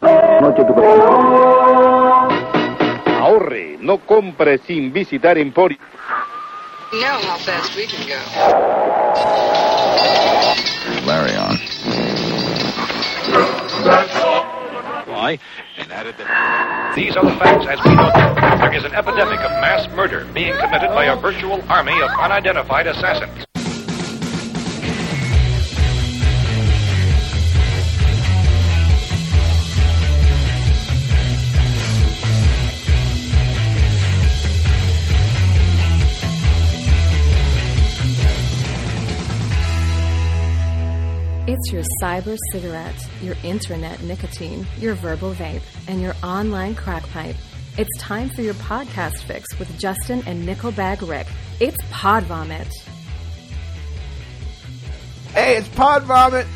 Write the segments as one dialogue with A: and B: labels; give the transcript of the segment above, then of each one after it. A: Noche tu precio.
B: Ahorre, no compre sin visitar Emporio.
C: Now how fast we can go.
A: Larry on.
D: Why? And added that these are the facts as we know them. There is an epidemic of mass murder being committed by a virtual army of unidentified assassins.
E: It's your cyber cigarette, your internet nicotine, your verbal vape, and your online crack pipe. It's time for your podcast fix with Justin and Nickelbag Rick. It's Pod Vomit.
F: Hey, it's Pod Vomit.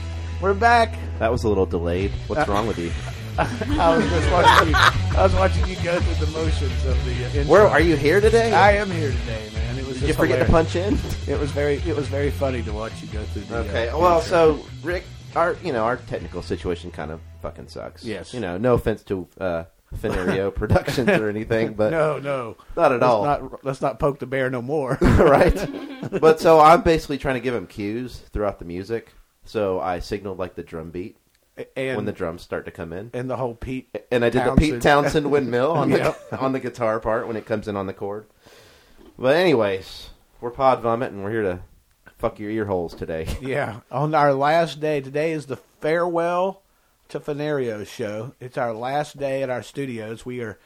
F: We're back.
G: That was a little delayed. What's wrong with you?
F: Uh, I was just watching. You, I was watching you go through the motions of the. Uh, intro.
G: Where are you here today?
F: I am here today, man. It was.
G: Did you
F: just
G: forget to
F: hilarious.
G: punch in?
F: It was very. It was very funny to watch you go through. the uh,
G: Okay. Well,
F: intro.
G: so Rick, our you know our technical situation kind of fucking sucks.
F: Yes.
G: You know, no offense to uh, Finerio Productions or anything, but
F: no, no,
G: Not at
F: let's
G: all.
F: Not, let's not poke the bear no more.
G: right. But so I'm basically trying to give him cues throughout the music. So I signaled like the drum beat
F: and
G: when the drums start to come in,
F: and the whole Pete.
G: and I did the Pete Townsend windmill on the
F: Yep.
G: on the guitar part when it comes in on the chord. But anyways, we're Pod Vomit, and we're here to fuck your ear holes today.
F: Yeah, on our last day. Today is the farewell to Fanario's show. It's our last day at our studios. We are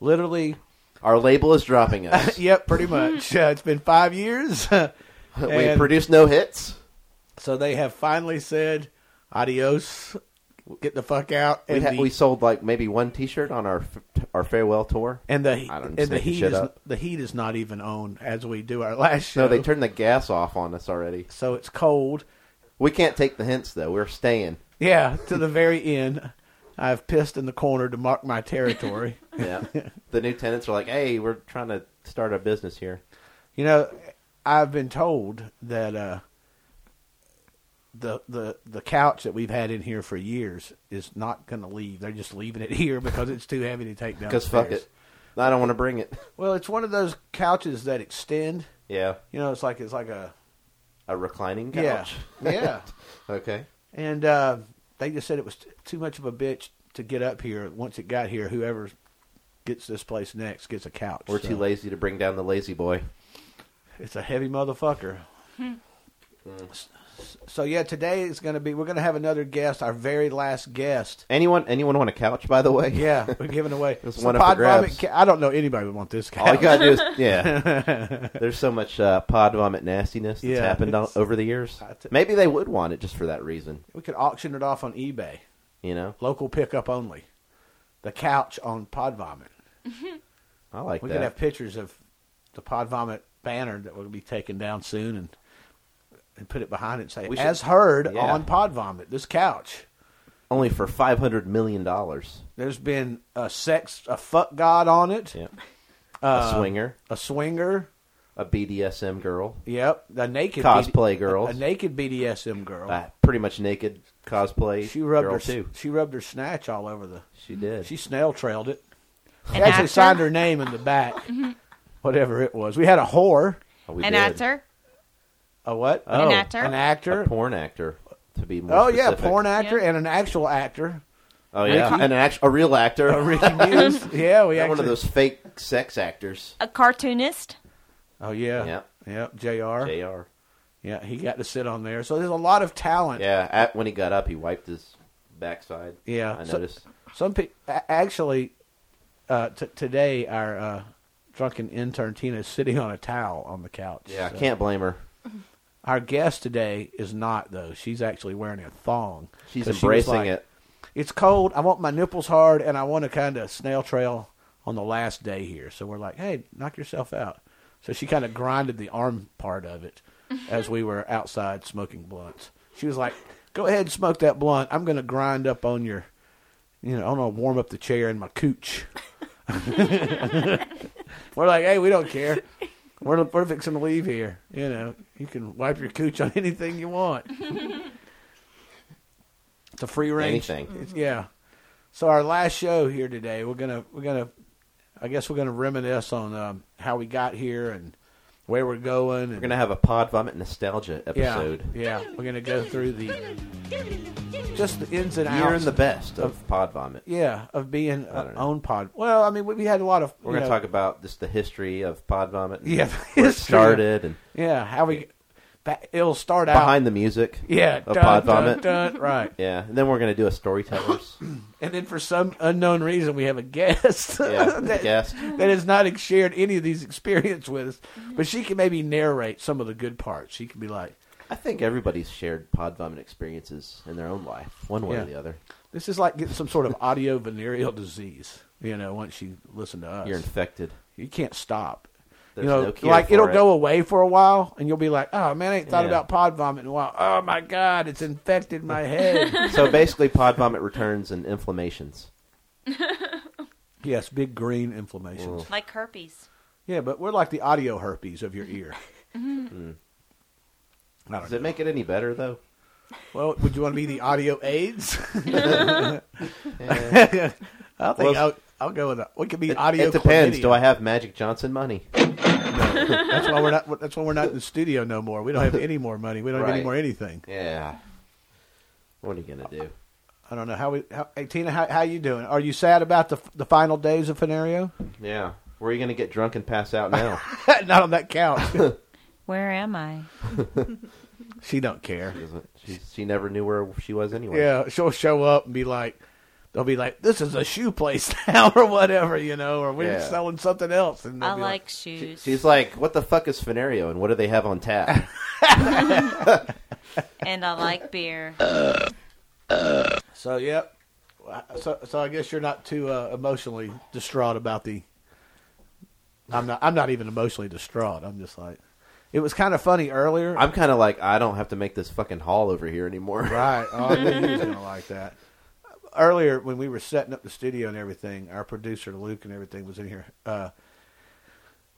F: literally
G: Our label is dropping us.
F: Yep, pretty much. Uh, it's been five years.
G: we
F: And
G: produce no hits.
F: so they have finally said, adios, get the fuck out.
G: We,
F: And,
G: ha-
F: the,
G: we sold like maybe one T-shirt on our f- our farewell tour.
F: and the,
G: I don't
F: and
G: just
F: the
G: make the
F: heat
G: shit
F: is
G: up.
F: the heat is not even on as we do our last show.
G: No, they turned the gas off on us already.
F: so it's cold.
G: We can't take the hints though. We're staying.
F: Yeah, to the very end. I've pissed in the corner to mark my territory.
G: Yeah, the new tenants are like, "Hey, we're trying to start a business here."
F: You know, I've been told that uh, the the the couch that we've had in here for years is not going to leave. They're just leaving it here because it's too heavy to take down.
G: Because fuck it, I don't want to bring it.
F: Well, it's one of those couches that extend.
G: Yeah,
F: You know, it's like it's like a
G: a reclining couch.
F: yeah yeah.
G: okay.
F: And uh, they just said it was t- too much of a bitch to get up here. Once it got here, whoever gets this place next gets a couch.
G: We're
F: So,
G: too lazy to bring down the lazy boy.
F: It's a heavy motherfucker. S- s- So yeah, today is going to be. We're going to have another guest, our very last guest.
G: Anyone? Anyone want a couch? By the way,
F: Yeah, we're giving away.
G: It's
F: So
G: one up for
F: Pod Vomit
G: grabs.
F: ca- I don't know anybody would want this couch.
G: All you gotta do is yeah. There's so much uh, pod vomit nastiness that's
F: Yeah,
G: happened o-
F: it's-
G: over the years.
F: I t-
G: Maybe they would want it just for that reason.
F: we could auction it off on eBay.
G: You know,
F: local pickup only. The couch on Pod Vomit.
G: I like
F: We
G: that.
F: could have pictures of the Pod Vomit banner that will be taken down soon and and put it behind it and say,
G: We should-
F: as heard
G: yeah.
F: on Pod Vomit, this couch.
G: Only for five hundred million dollars.
F: There's been a sex, a fuck god on it,
G: Yeah.
F: Uh,
G: a swinger,
F: a swinger,
G: a BDSM girl,
F: yep, a naked
G: Cosplay
F: BD
G: girls.
F: a, naked BDSM girl.
G: uh, pretty much naked cosplay.
F: she rubbed
G: girl
F: her,
G: too.
F: she rubbed her snatch all over the.
G: She did.
F: She snail trailed it. She
H: An
F: actually
H: actor? Mm-hmm.
F: signed her name in the back, whatever it was. We had a whore.
G: Oh, we
H: An
G: did.
H: actor?
F: A what?
G: Oh,
H: An actor?
F: An actor.
G: a porn actor. To be more.
F: oh yeah,
G: specific.
F: porn actor
H: Yeah.
F: and an actual actor.
G: Oh yeah,
F: Ricky?
G: and an act- a real actor.
F: Ricky Muse. yeah, we
G: Not
F: actually.
G: one of those fake sex actors.
H: A cartoonist?
F: Oh yeah.
G: Yeah.
F: Yep. Jr.
G: Jr.
F: Yeah, he got to sit on there. So there's a lot of talent.
G: Yeah, at, when he got up, he wiped his backside.
F: Yeah,
G: I
F: so-
G: noticed.
F: Some people actually uh, t- today our uh, drunken intern Tina is sitting on a towel on the couch.
G: yeah,
F: So-
G: I can't blame her.
F: Our guest today is not though. She's actually wearing a thong.
G: She's
F: 'Cause she was
G: embracing
F: like,
G: it.
F: It's cold. I want my nipples hard, and I want to kind of snail trail on the last day here. So we're like, hey, knock yourself out. So she kind of grinded the arm part of it as we were outside smoking blunts. She was like, go ahead and smoke that blunt. I'm going to grind up on your, you know, I'm going to warm up the chair and my cooch. we're like, hey, we don't care. We're, we're fixing to leave here. You know, you can wipe your cooch on anything you want. It's a free range.
G: Anything.
F: It's- yeah. So our last show here today, we're gonna we're gonna, I guess we're gonna reminisce on um, how we got here and where we're going. And,
G: We're gonna have a pod vomit nostalgia episode.
F: Yeah, yeah, we're gonna go through the just the ins and outs.
G: You're in the best of pod vomit.
F: yeah of being
G: I don't
F: uh,
G: know.
F: own pod. Well, I mean, we, we had a lot of.
G: We're
F: you
G: gonna
F: know,
G: talk about just the history of pod vomit. and
F: Yeah,
G: where it
F: history.
G: started and
F: Yeah, how we. That, it'll start out
G: behind the music.
F: Yeah,
G: of
F: dun,
G: pod
F: dun,
G: vomit.
F: dun, right,
G: Yeah, and then we're gonna do a storytellers.
F: and then for some unknown reason, we have a guest.
G: yeah,
F: that,
G: guest.
F: that has not ex- shared any of these experience with us, but she can maybe narrate some of the good parts. She can be like,
G: I think everybody's shared pod vomit experiences in their own life, one way
F: Yeah.
G: or the other.
F: "This is like getting some sort of audio venereal disease." You know, once you listen to us,
G: You're infected.
F: you can't stop.
G: There's
F: you know,
G: no cure
F: like
G: for
F: it'll
G: it.
F: go away for a while, and you'll be like, "Oh man, I ain't thought
G: Yeah.
F: about pod vomit in a while." Oh my god, it's infected my head.
G: So basically, pod vomit returns and inflammations.
F: yes, big green inflammations.
G: Mm.
H: Like herpes.
F: Yeah, but we're like the audio herpes of your ear. I don't
G: Does Mm-hmm. it make it any better though?
F: Well, would you want to be the audio aids? I think
G: Well,
F: I'll, I'll go with that. What could be
G: It,
F: audio?
G: it depends.
F: chlamydia.
G: Do I have Magic Johnson money?
F: That's why we're not. That's why we're not in the studio no more. We don't have any more money. We don't have any
G: Right.
F: more anything.
G: Yeah. What are you gonna do?
F: I don't know how we. How, hey, Tina, how, how you doing? Are you sad about the the final days of Fenario?
G: Yeah. Where are you gonna get drunk and pass out now?
F: not on that couch.
H: Where am I?
F: she don't care.
G: Doesn't- she, she never knew where she was anyway.
F: Yeah, she'll show up and be like, they'll be like, "This is a shoe place now," or whatever, you know, or we're
G: Yeah.
F: selling something else. And they'll
H: I
F: be
H: like shoes.
G: She's like, "What the fuck is Fenario, and what do they have on tap?"
H: and I like beer.
F: So yep. So so I guess you're not too uh, emotionally distraught about the. I'm not. I'm not even emotionally distraught. I'm just like, it was kind of funny earlier.
G: I'm kind of like, I don't have to make this fucking haul over here anymore.
F: right. Oh, I knew you was gonna like that. Earlier, when we were setting up the studio and everything, our producer Luke and everything was in here. Uh,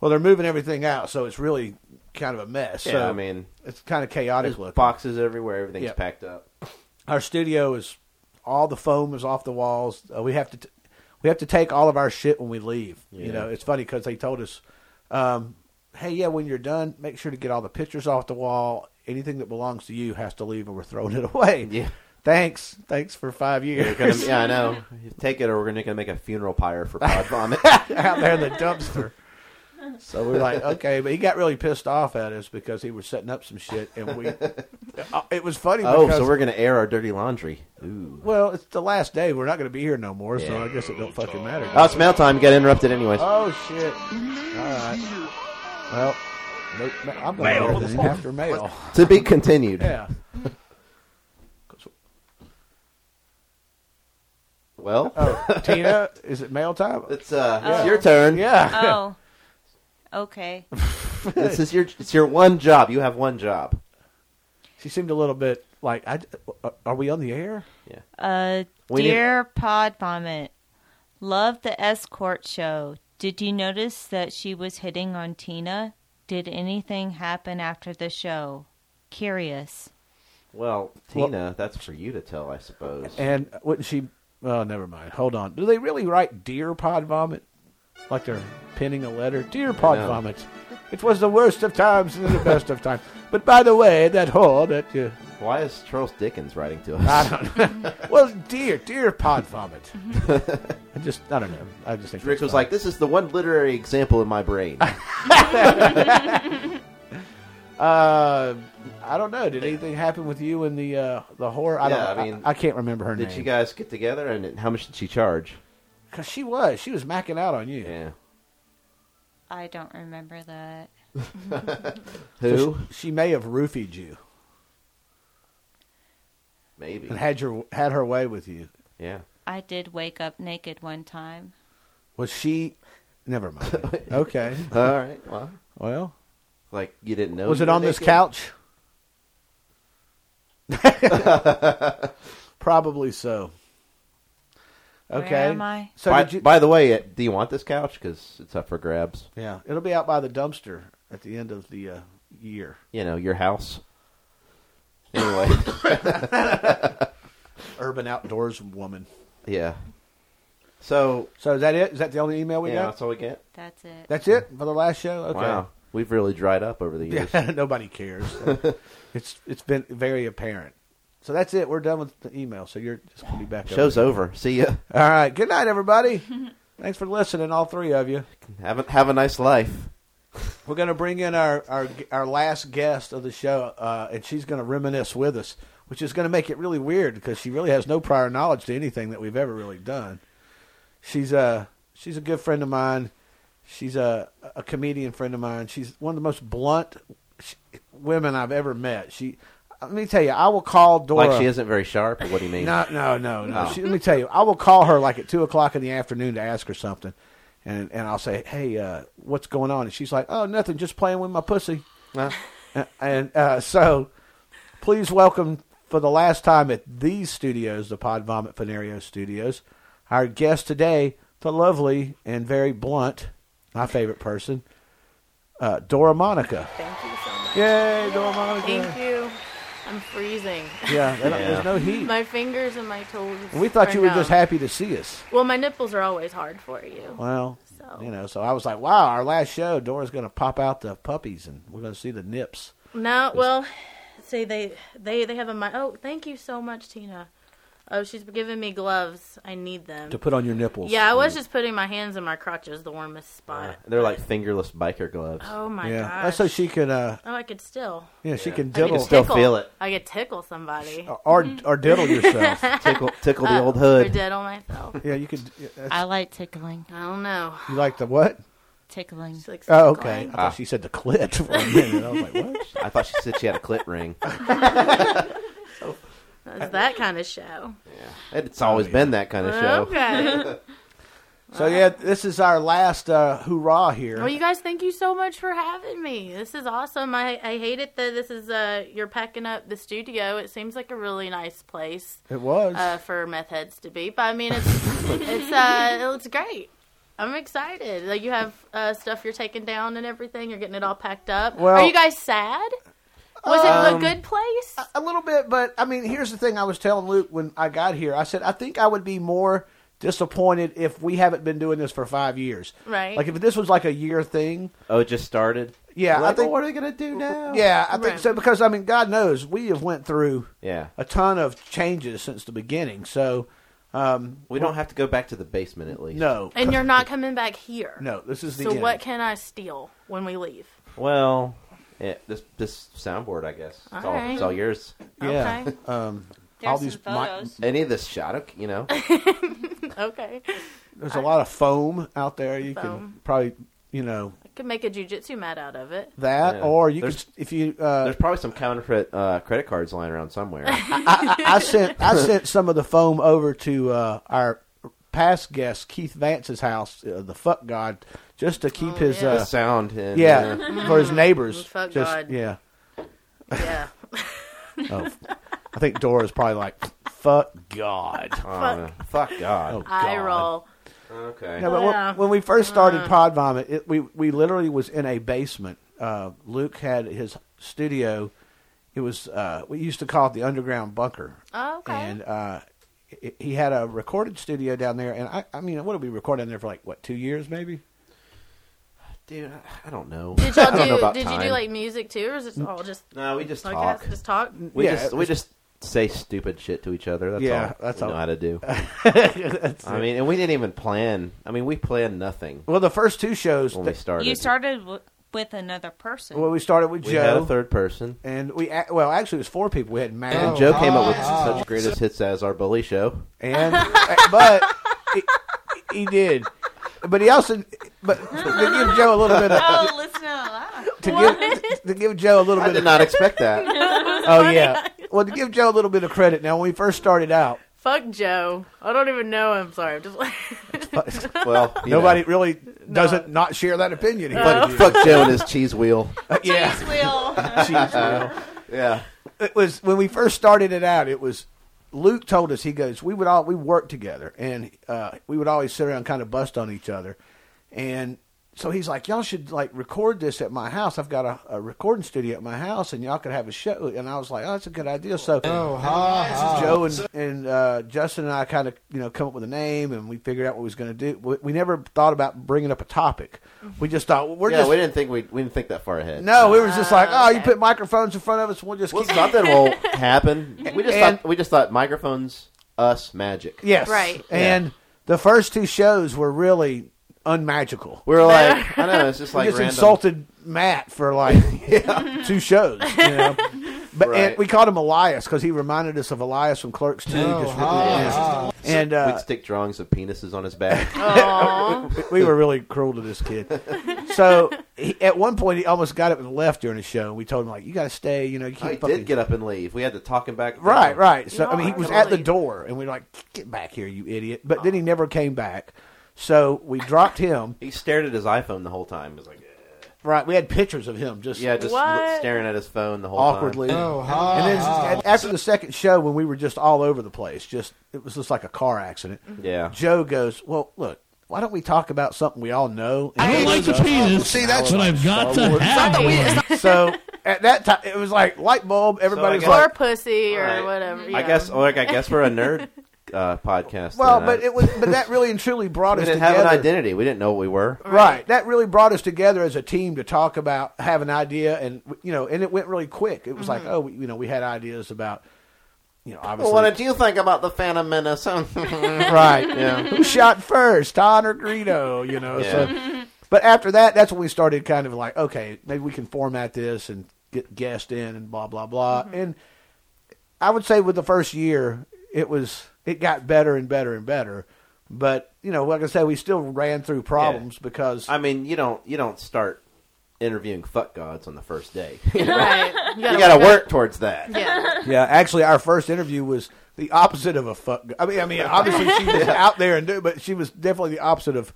F: well, they're moving everything out, so it's really kind of a mess.
G: Yeah,
F: so
G: I mean,
F: it's kind of
G: there's
F: chaotic looking.
G: boxes everywhere. Everything's
F: Yeah.
G: packed up.
F: our studio is all the foam is off the walls. Uh, we have to t- we have to take all of our shit when we leave. You
G: Yeah.
F: know, it's funny because they told us, um, "Hey, yeah, when you're done, make sure to get all the pictures off the wall. Anything that belongs to you has to leave, or we're throwing it away."
G: Yeah.
F: Thanks, thanks for five
G: They're
F: years
G: gonna- yeah, I know. You Take it, or we're gonna, gonna make a funeral pyre for pod vomit.
F: out there in the dumpster. So we're like, okay, but he got really pissed off at us because he was setting up some shit, and we. Uh, it was funny.
G: oh,
F: because,
G: so we're gonna air our dirty laundry. Ooh.
F: well, it's the last day. We're not going to be here no more, so
G: Yeah.
F: I guess it don't fucking matter.
G: Oh, it's mail time. Got interrupted, anyways.
F: Oh shit! All right. Well, nope, ma- I'm gonna mail. this after mail.
G: To be continued.
F: Yeah.
G: Well,
F: Oh, Tina, is it mail time?
G: it's uh,
H: Oh.
G: it's your turn.
F: Yeah.
H: Oh. Okay.
G: this is your it's your one job. You have one job.
F: She seemed a little bit like, I, "Are we on the air?"
H: Uh,
G: We need-
H: dear Pod Vomit, love the escort show. Did you notice that she was hitting on Tina? Did anything happen after the show? Curious.
G: Well, Tina, that's for you to tell, I suppose.
F: And wouldn't she? Oh, never mind. Hold on. Do they really write "Dear Pod Vomit"? Like they're pinning a letter, "Dear Pod
G: know.
F: Vomit." It was the worst of times and the best of times. But by the way, that whore that you.
G: Why is Charles Dickens writing to
F: I
G: us?
F: don't know. well, dear, dear pod vomit. I just, I don't know. I just think
G: Mm-hmm. Rick
F: that's
G: was
F: funny.
G: like, "This is the one literary example in my brain."
F: uh, I don't know. Did anything happen with you and the uh, the whore? I don't.
G: Yeah,
F: I
G: I mean,
F: I, can't remember her
G: Did
F: name.
G: you guys get together, and how much did she charge?
F: Cause she was, she was macking out on you.
G: Yeah.
H: I don't remember that.
G: Who?
F: So she, she may have roofied you
G: Maybe.
F: and had your had her way with you.
G: Yeah.
H: I did wake up naked one time.
F: Was she? Never mind. okay.
G: All right. Well,
F: Well,
G: like you didn't know.
F: was
G: you
F: it
G: were
F: on this
G: naked?
F: couch? Probably so.
H: Where
F: Okay.
H: am I?
F: So
G: by,
F: did you?
G: by the way, it, do you want this couch? Because it's up for grabs.
F: Yeah, it'll be out by the dumpster at the end of the uh, year.
G: You know, your house. Anyway,
F: Urban outdoors woman.
G: yeah. So
F: So is that it? Is that the only email we
G: yeah,
F: got?
G: that's all we get.
H: That's it.
F: That's it for the last show. Okay.
G: Wow, we've really dried up over the years.
F: Yeah, nobody cares. it's it's been very apparent. So that's it. We're done with the email. So you're just gonna be back.
G: Show's
F: over.
G: over. See ya.
F: All right. Good night, everybody. Thanks for listening, all three of you.
G: Have a, have a nice life.
F: We're gonna bring in our our our last guest of the show, uh, and she's gonna reminisce with us, which is gonna make it really weird because she really has no prior knowledge to anything that we've ever really done. She's a she's a good friend of mine. She's a a comedian friend of mine. She's one of the most blunt sh- women I've ever met. She, let me tell you, I will call Dora.
G: Like she isn't very sharp. Or what do you mean?
F: No, no, no, no.
G: No.
F: She, let me tell you, I will call her like at two o'clock in the afternoon to ask her something, and and I'll say, "Hey, uh, what's going on?" And she's like, "Oh, nothing, just playing with my pussy."
G: Huh?
F: And- and uh, so, please welcome for the last time at these studios, the Pod Vomit Fenario Studios, our guest today, the lovely and very blunt, my favorite person, uh, Dora Monica.
I: Thank you so much.
F: Yay, Dora Monica!
I: Thank you. I'm freezing.
F: Yeah, there-
G: Yeah.
F: there's no heat.
I: my fingers and my toes.
F: we thought
I: are
F: you were
I: numb.
F: just happy to see us.
I: Well, my nipples are always hard for you.
F: Well,
I: So-
F: you know, so I was like, wow, our last show, Dora's going to pop out the puppies and we're going to see the nips.
I: No, well, see, they they they have a my. Oh, thank you so much, Tina. Oh, she's giving me gloves. I need them.
F: To put on your nipples.
I: Yeah, I was just putting my hands in my crotches, the warmest spot.
G: They're like fingerless biker gloves.
I: Oh my
F: yeah.
I: gosh.
F: That's so she can, uh,
I: oh, I could still.
F: yeah, she can
I: I could
F: diddle
G: still feel it.
I: I could tickle somebody.
F: or, or diddle yourself.
G: Tickle, tickle the old
I: Or
G: hood.
I: diddle myself.
F: yeah, you could. yeah, that's-
H: I like tickling.
I: I don't know.
F: You like the what?
H: Tickling.
I: She likes
F: Oh, okay.
I: tickling.
F: I thought she said the clit for a minute. I was like, what?
G: I thought she said she had a clit ring.
I: It's that kind of show.
G: It's always been that kind of show.
I: Okay.
F: So, yeah, this is our last uh, hoorah here.
I: Ah. well, you guys, thank you so much for having me. This is awesome. I, I hate it that this is uh you're packing up the studio. It seems like a really nice place
F: it was.
I: uh, for meth heads to be, but I mean it's it's uh it's great. I'm excited. Like you have uh, stuff you're taking down and everything. You're getting it all packed up.
F: Well- um,
I: Are you guys sad? Was it a good place?
F: A little bit, but I mean, here's the thing. I was telling Luke when I got here. I said I think I would be more disappointed if we haven't been doing this for five years.
I: Right.
F: Like if this was like a year thing.
G: Oh, it just started.
F: Yeah,
G: Like,
F: I think.
G: "Oh, what are they gonna do now?
F: yeah, I think
I: Right.
F: so because I mean, God knows we have went through
G: yeah.
F: a ton of changes since the beginning. So um,
G: We don't have to go back to the basement at least.
F: no,
I: and you're not coming back here.
F: no, this is the
I: So
F: end.
I: what can I steal when we leave?
G: Well, yeah, this this soundboard, I guess. It's all,
I: Alright.
G: it's all yours.
F: yeah.
I: Okay.
F: Um,
H: There's
F: all
H: some
F: these mi-
H: photos.
G: Any of this shadow, you know.
I: Okay.
F: there's a lot of foam out there. You can
I: Foam.
F: probably you know
I: Could make a jujitsu mat out of it.
F: that,
G: Yeah.
F: or you
G: There's-
F: could if you uh,
G: There's probably some counterfeit uh, credit cards lying around somewhere.
F: I sent I sent some of the foam over to uh, our past guest Keith Vance's house, uh, the fuck god, just to keep his
I: Oh, yeah.
G: the
F: uh,
G: sound and
F: yeah
G: uh,
F: for his neighbors.
I: Fuck
F: just,
I: God.
F: Yeah,
I: Yeah.
F: oh, I think Dora's probably like fuck God.
G: I don't know. Oh, fuck God.
F: Oh,
I: Eye
F: God.
I: roll. Uh-huh.
G: Okay.
F: No, but when-
I: Yeah.
F: when, we first started Pod Vomit, it, we we literally was in a basement. Uh, Luke had his studio. It was uh, we used to call it the underground bunker.
I: Oh, okay.
F: And uh, he- he had a recorded studio down there, and I, I mean, what did we record down there for? Like what, two years maybe?
G: Dude, I- I don't know.
I: Did
G: I
I: y'all
G: don't know
I: do?
G: about
I: Did you
G: time.
I: do like music too, or is it all just
G: No, we just
I: podcast?
G: talk.
I: Just talk.
G: We
F: Yeah,
G: just
F: it
G: we just say stupid shit to each other. That's
F: Yeah,
G: all.
F: that's
G: we
F: all.
G: know how to do. I mean, and we didn't even plan. I mean, we planned nothing
F: Well, the first two shows,
G: when we
F: that-
G: started.
H: You started w- with another person.
F: well, we started with
G: We
F: Joe,
G: had a third person,
F: and we ac- well, actually, it was four people. We had Matt
G: and Joe came up with such greatest hits as our bully show.
F: and eh, but he, he did, but he also but to give Joe a little bit of,
H: oh, listen to that.
F: to give to give Joe a little
G: I
F: bit
G: did
F: of
G: not expect that.
F: oh yeah. Well, to give Joe a little bit of credit. Now, when we first started out,
I: Fuck Joe. I don't even know him. Sorry. I'm just like.
G: Well, you
F: nobody
G: know.
F: really doesn't not share that opinion. here.
G: Fuck, fuck Joe and his cheese wheel.
F: Yeah.
H: Cheese wheel.
G: Yeah,
F: it was when we first started it out. It was Luke told us he goes we would all we worked together and uh, we would always sit around kind of bust on each other, and so he's like, y'all should like record this at my house. I've got a, a recording studio at my house, and y'all could have a show. And I was like, oh, that's a good idea. So Joe and, and uh, Justin and I kind of you know come up with a name, and we figured out what we was going to do. We, we never thought about bringing up a topic. We just thought well, we're
G: yeah,
F: just
G: we didn't think we we didn't think that far ahead.
F: no, we were just like, oh, you put microphones in front of us, we'll just
G: well,
F: keep
G: something will happen. We just
F: And-
G: thought, we just thought microphones, us, magic.
F: yes,
I: Right.
F: And the first two shows were really unmagical.
G: We were like, I know it's just
F: We
G: like
F: just
G: random.
F: insulted Matt for like two shows, you know. But and
G: Right.
F: we called him Elias because he reminded us of Elias from Clerks Two.
G: Oh,
F: just really- yeah. And uh, Oh,
G: We'd stick drawings of penises on his back.
F: we were really cruel to this kid. So he, at one point, he almost got up and left during the show. And we told him like, "You got to stay." You know, you
G: I
F: can't fucking
G: did get up and leave. We had to talk him back.
F: right, right. So I
I: No,
F: mean, he was
I: totally.
F: at the door, and we were like, "Get back here, you idiot!" But then he never came back. So we dropped him.
G: He stared at his iPhone the whole time. He was like, eh.
F: Right, we had pictures of him just
G: yeah, just
I: What?
G: look- staring at his phone the whole time.
F: awkwardly.
J: Oh,
F: and then and after the second show, when we were just all over the place, just it was just like a car accident.
G: Yeah.
F: Joe goes, "Well, look, why don't we talk about something we all know?" And he goes, "Uh,
J: See, that's what I've got to
F: have so at that time, it was like light bulb. Everybody was
G: guess-
I: or
F: like,
I: pussy or
G: Right.
I: whatever.
G: I
I: yeah.
G: guess, like, I guess we're a nerd uh, podcast.
F: "Well,
G: then.
F: but
G: I-
F: it was, but that really and truly brought
G: we
F: us
G: didn't
F: together."
G: have an identity. We didn't know what we were.
F: Right. That really brought us together as a team to talk about, have an idea, and you know, and it went really quick. It was like, oh, we, you know, we had ideas about, you know, obviously,
G: Mm-hmm. What did you think about the Phantom Menace?
F: right?
G: yeah.
F: Who shot first, Todd or Greedo? You know. So, but after that, that's when we started kind of like, okay, maybe we can format this and get guests in and blah blah blah.
G: Mm-hmm.
F: And I would say with the first year, it was it got better and better and better. But you know, like I said, we still ran through problems because
G: I mean, you don't you don't start interviewing fuck gods on the first day. you
I: Right. You gotta,
G: got to work towards that.
I: Yeah.
F: Yeah, actually, our first interview was the opposite of a fuck. go- I mean, I mean, obviously she was out there and do, but she was definitely the opposite of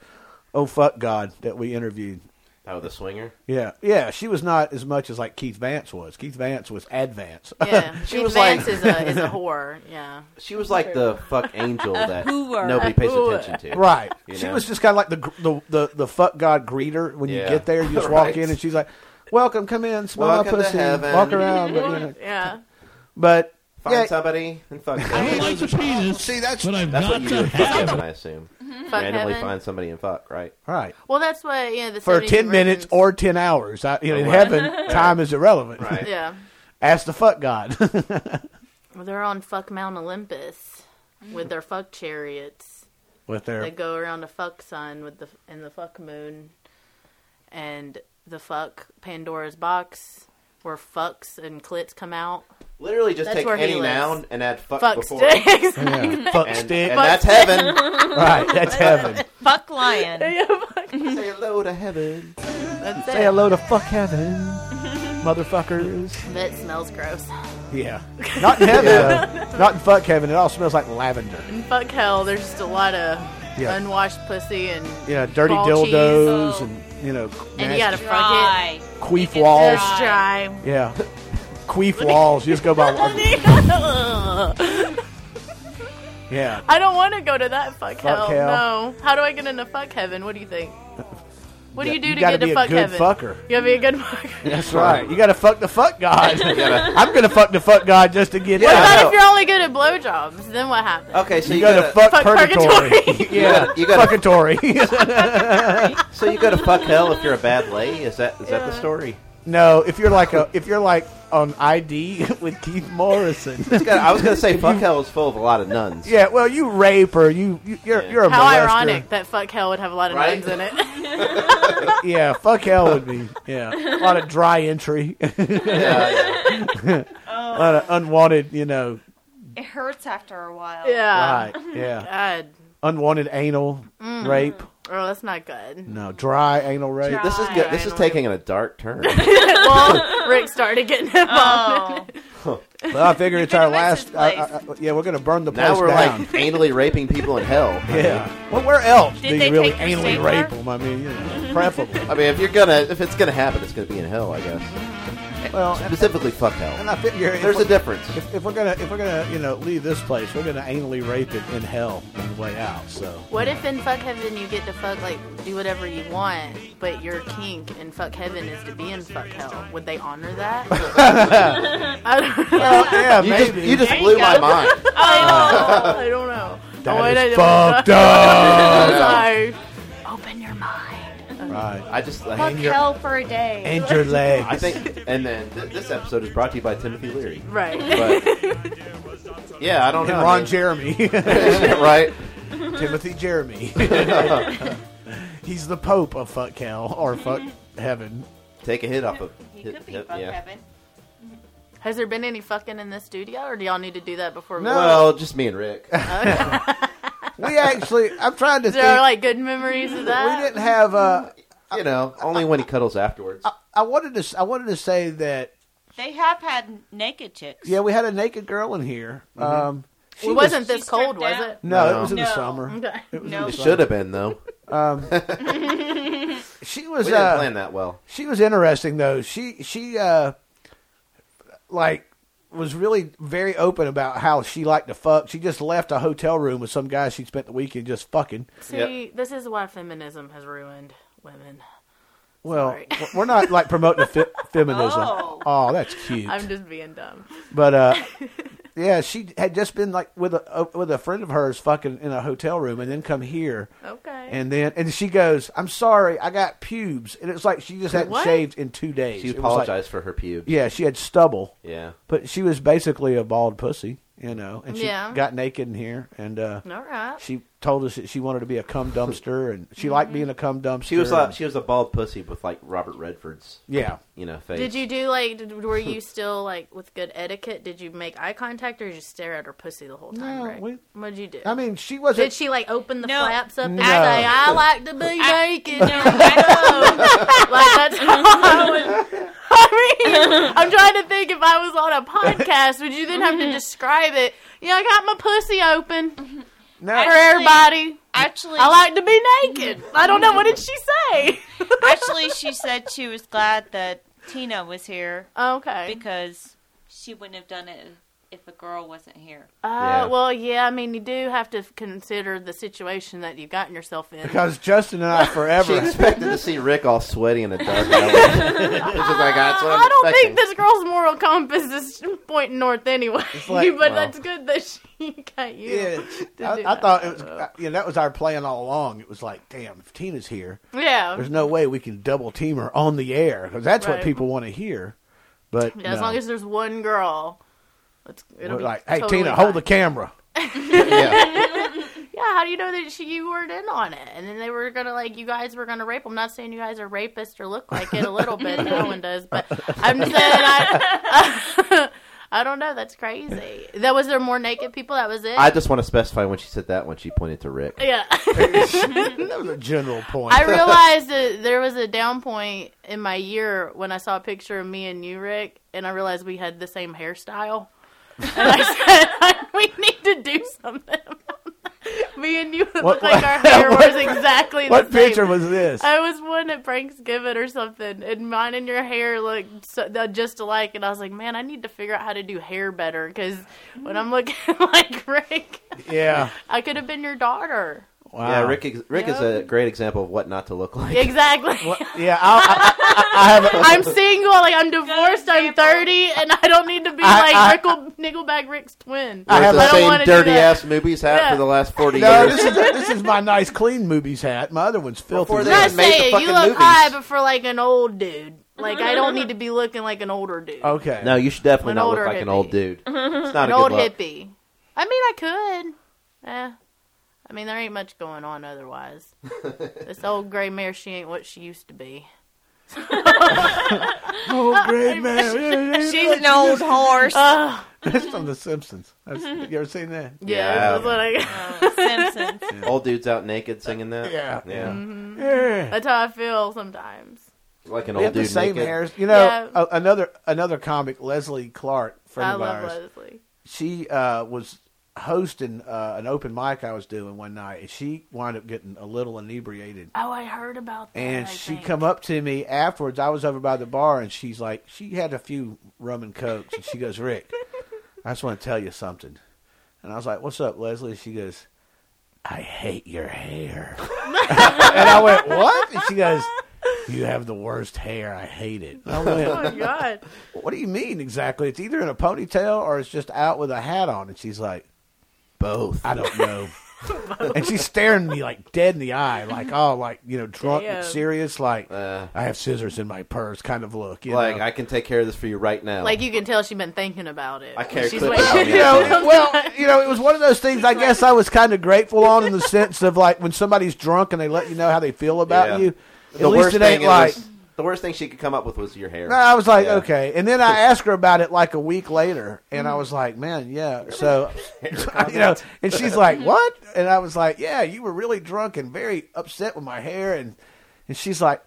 F: oh fuck god that we interviewed.
G: Oh, the swinger.
F: Yeah, yeah, she was not as much as like Keith Vance was. Keith Vance was advance.
I: Yeah. she
G: was
I: Vance
G: like-
I: is a is a whore. Yeah.
G: She was like the fuck angel that
H: hooer.
G: nobody pays
I: hooer.
G: attention to.
F: Right,
G: You
F: she
G: know.
F: was just kind of like the, gr- the the the fuck god greeter. When you
G: Yeah.
F: get there, you just walk
G: Right.
F: in and she's like, "Welcome, come in, smell my
G: Welcome to
F: pussy,
G: heaven."
F: walk around." But, you know,
I: Yeah.
F: but
G: Find
F: yeah,
G: somebody and fuck
J: I
G: them.
J: like the penis. See, that's what I've
G: That's
J: got
G: what you do
J: to
G: with fuck heaven, I assume.
I: Fuck
G: Randomly
I: heaven.
G: find somebody and fuck, right?
F: right
I: Well, that's what you know. The
F: for
I: 70s
F: ten minutes
I: versions-
F: or ten hours. I, you know, in heaven, time is irrelevant.
G: Oh, Right.
I: yeah,
F: Ask the fuck god.
I: Well, they're on fuck Mount Olympus with their fuck chariots.
F: with their
I: They go around the fuck sun with the and the fuck moon, and the fuck Pandora's box where fucks and clits come out.
G: Literally, just
I: That's
G: take
I: where he
G: any
I: lives.
G: noun and add fuck,
I: Fuck
G: before. it.
I: sticks.
F: yeah, fuck
G: And,
F: stick.
G: and that's heaven.
F: right, that's heaven.
H: Fuck lion.
G: Say hello to heaven.
I: That's
F: Say
I: it.
F: hello to fuck heaven, motherfuckers.
I: That smells gross.
F: Yeah, not in heaven. though. Not in fuck heaven. It all smells like lavender.
I: And fuck hell, there's just a lot of
F: Yeah.
I: unwashed pussy and
F: Yeah, dirty
I: Ball cheese.
F: dildos
H: Oh.
F: and you know,
I: and
F: nasty
I: you gotta fuck it.
H: Dry.
F: queef
H: It's
F: walls.
I: Just dry.
F: Yeah, queef walls. You just go by. Yeah,
I: I don't want to go to that fuck, hell.
F: hell.
I: No. How do I get into fuck heaven? What do you think? What do you do to
F: gotta
I: get to
F: be a
I: fuck
F: good
I: heaven?
F: fucker.
I: You gotta be a good fucker.
F: That's right. You gotta fuck the fuck god. I'm gonna fuck the fuck god just to get
I: What
F: in.
I: about
G: know.
I: if you're only good at blowjobs? Then what happens?
G: Okay, so
F: You
G: you
F: gotta
G: gotta
F: fuck,
I: Fuck
F: purgatory.
I: purgatory.
G: Yeah, you gotta
F: Fuckatory.
G: So you go to fuck hell if you're a bad lay? Is that is that the
I: Yeah.
G: story?
F: No, if you're like a if you're like on ID with Keith Morrison.
G: It's got- I was gonna say fuck hell is full of a lot of nuns.
F: yeah, well, you rape or you, you you're
G: Yeah.
F: you're a
I: How
F: molester.
I: ironic that fuck hell would have a lot of
G: Right?
I: names in it.
F: Yeah, fuck hell would be yeah a lot of dry entry, a
G: Uh, Yeah,
F: lot of unwanted you know
H: It hurts after a while. Uh.
I: yeah.
F: right yeah
I: God.
F: unwanted anal
H: Mm.
F: rape
I: Oh, that's not good.
F: no dry anal rape
G: yeah. This is good. This is taking a dark turn.
I: well, Rick started getting involved.
H: Oh,
F: well I figure it's our
H: Where's
F: last
H: this
F: I, I, I, yeah we're gonna burn the
G: Now
F: place
G: we're like
F: down
G: anally raping people in hell.
F: yeah well where else
H: Did
F: do
H: they
F: you really
H: take your
F: anally
H: state
F: rape
H: car?
F: them I mean you know, preferable
G: I mean, if you're gonna if it's gonna happen, it's gonna be in hell, I guess.
F: Well,
G: specifically fuck hell.
F: And I figure if
G: there's
F: we're-
G: a difference.
F: If, if we're gonna if we're gonna you know leave this place, we're gonna anally rape it in hell on the way out. So
I: What if in fuck heaven you get to fuck like do whatever you want, but your kink in fuck heaven is to be in fuck hell? Would they honor that? I don't know.
G: yeah, You just- maybe. you just blew my mind.
I: I don't know. I don't know.
G: That
I: Oh, wait,
G: is
I: I didn't-
G: fucked up.
I: I'm sorry. Open your mind.
G: Right. I just
K: Fuck hell for a day.
G: I think, and then th- this episode is brought to you by Timothy Leary.
K: Right.
G: But, yeah, I don't
F: And
G: know.
F: Ron
G: man.
F: Jeremy.
G: right?
F: Timothy Jeremy. He's the Pope of fuck hell or fuck heaven.
G: Take a hit off of. He
I: could be fuck heaven. Has there been any fucking in this studio, or do y'all need to do that before? we
G: Well, just me and Rick.
F: we actually, I'm trying to
I: Is
F: think.
I: there like "Ah." good memories of that?
F: we didn't have. Uh,
G: you know, only when he cuddles afterwards.
F: I wanted to. s- I wanted to say that.
H: They have had naked chicks.
F: Yeah, we had a naked girl in here.
G: Mhm.
F: Um, she
I: it
F: was-
I: wasn't this cold, was it?
F: No,
G: No.
F: it was in
G: No.
F: the summer.
I: Okay.
F: It was
G: It should have been though.
F: Um, she was.
G: We didn't
F: uh,
G: plan that well.
F: She was interesting though. She she uh, like was really very open about how she liked to fuck. She just left a hotel room with some guy she spent the weekend just fucking.
I: See, this is why feminism has ruined women.
F: Well, w- we're not like promoting fe- feminism.
I: Oh.
F: Oh. that's cute.
I: I'm just being dumb.
F: But uh, yeah, she had just been like with a uh, with a friend of hers, fucking in a hotel room, and then come here.
I: Okay.
F: And then and she goes, "I'm sorry, I got pubes," and it's like she just hadn't
G: What?
F: shaved in two days.
G: She
F: It was like-
G: apologized for her pubes.
F: Yeah, she had stubble.
G: Yeah.
F: but she was basically a bald pussy, you know. And she
I: Yeah.
F: got naked in here, and uh,
I: All right. Mm-hmm.
F: she told us that she wanted to be a cum dumpster, and she liked being a cum dumpster.
G: She was
F: and-
G: like, she was a bald pussy with like Robert Redford's.
F: Yeah.
G: You know, face.
I: Did you do like? Did, were you still like with good etiquette? Did you make eye contact, or did you stare at her pussy the whole time?
F: No,
I: Rick?
F: we-
I: What'd you do?
F: I mean, she wasn't.
I: Did she like open the flaps up and
F: No.
I: say, "I like to be naked"? No, like that's how I would. I mean, I'm trying to think if I was on a podcast, would you then have to describe it? Yeah, I got my pussy open
F: no.
I: for everybody.
H: Actually,
I: I like to be naked. I don't know what did she say.
H: Actually, she said she was glad that Tina was here.
I: Okay.
H: Because she wouldn't have done it if a girl wasn't here.
I: Uh,
F: Yeah.
I: Well, yeah, I mean, you do have to consider the situation that you've gotten yourself in.
F: because Justin and I
G: She
F: forever.
G: expected to see Rick all sweaty in a dark alley. She's like, that's what I'm
I: I don't
G: expecting.
I: think this girl's moral compass is pointing north anyway.
F: like-
I: but
F: Well.
I: that's good that she got you.
F: yeah,
I: to do
F: I, I
I: that.
F: thought it was. I- yeah, that was our plan all along. It was like, damn, if Tina's here,
I: Yeah.
F: there's no way we can double team her on the air because that's
I: Right.
F: what people want to hear. But
I: Yeah, As
F: no.
I: long as there's one girl, it's, it'll
F: We're
I: be
F: like, hey,
I: totally
F: Tina,
I: fine.
F: hold the camera.
I: Yeah, how do you know that she you weren't in on it? And then they were gonna like you guys were gonna rape. I'm not saying you guys are rapists or look like it a little bit. No one does, but I'm just saying I. I don't know. That's crazy. That was there more naked people. That was it.
G: I just want to specify when she said that when she pointed to Rick.
I: yeah.
F: That was a general point.
I: I realized that there was a down point in my year when I saw a picture of me and you, Rick, and I realized we had the same hairstyle. And I said, we need to do something. about that." me and you look
F: What-
I: like
F: what-
I: our hair
F: what-
I: was exactly
F: what
I: the same.
F: picture was this?
I: I was one at Frank's Given or something, and mine and your hair looked so, uh, just alike. And I was like, man, I need to figure out how to do hair better because when I'm looking like Rick,
F: yeah.
I: I could have been your daughter.
G: Yeah, Rick. ex- Rick is a great example of what not to look like.
I: Exactly.
F: Yeah, I, I, I, I have.
I: I'm single, like I'm divorced, I'm 30, and I don't need to be
F: I-
I: like
F: I-
I: Nickel, Nickelback Rick's twin.
G: Wears
I: I
G: the
I: don't wanna
G: same
I: do
G: dirty
I: that.
G: ass movies hat
I: Yeah.
G: for the last forty
F: No,
G: years.
F: this is this is my nice clean movies hat. My other one's filthy.
G: Before they
I: I'm not
G: made the
I: saying
G: fucking
I: you look
G: movies.
I: high, but for like an old dude. Like I don't need to be looking like an older dude.
F: okay.
G: No, you should definitely
I: An
G: not look
I: older
G: like an
I: hippie.
G: old dude. It's not
I: an
G: a good
I: old
G: look.
I: hippie. I mean, I could. Eh. I mean, there ain't much going on otherwise. this old gray mare, she ain't what she used to be.
F: Oh, great man.
H: She's an old horse.
F: Uh,
I: Ugh.
F: That's from The Simpsons. That's, you ever seen that?
I: yeah,
G: Yeah.
I: that's what I
H: Simpsons.
G: Old dudes out naked singing that.
F: Yeah. Mm-hmm.
G: yeah,
F: Yeah.
I: That's how I feel sometimes.
G: like an
F: They
G: old
F: have
G: dude
F: the same
G: naked.
F: hairs. You know,
I: Yeah.
F: a- another another comic, Leslie Clark, friend
I: I
F: of
I: love
F: ours.
I: Leslie.
F: She uh, was hosting uh, an open mic I was doing one night, and she wound up getting a little inebriated.
I: Oh, I heard about that.
F: And
I: I
F: she
I: think.
F: come up to me afterwards. I was over by the bar, and she's like, she had a few rum and cokes, and she goes, Rick, I just want to tell you something. And I was like, What's up, Leslie? She goes, I hate your hair. and I went, What? And she goes, You have the worst hair. I hate it. And I went,
I: Oh my god.
F: What do you mean exactly? It's either in a ponytail or it's just out with a hat on. And she's like, Both. I don't know. and she's staring me like dead in the eye, like all like you know drunk,
I: Damn.
F: and serious, like
G: Uh,
F: I have scissors in my purse, kind of look. You
G: like
F: know?
G: I can take care of this for you right now.
I: Like you can tell she's been thinking about it.
G: I carry
I: She's
G: clips
I: waiting.
G: on me.
F: you know, it- well, you know, it was one of those things. I guess I was kind of grateful on in the sense of like when somebody's drunk and they let you know how they feel about
G: Yeah.
F: you.
G: the
F: at
G: worst
F: least it ain't
G: thing
F: like.
G: was- the worst thing she could come up with was your hair.
F: No, I was like,
G: Yeah.
F: okay. And then I asked her about it like a week later, and I was like, man, yeah. So, you know, and she's like, what? And I was like, yeah, you were really drunk and very upset with my hair, and and she's like,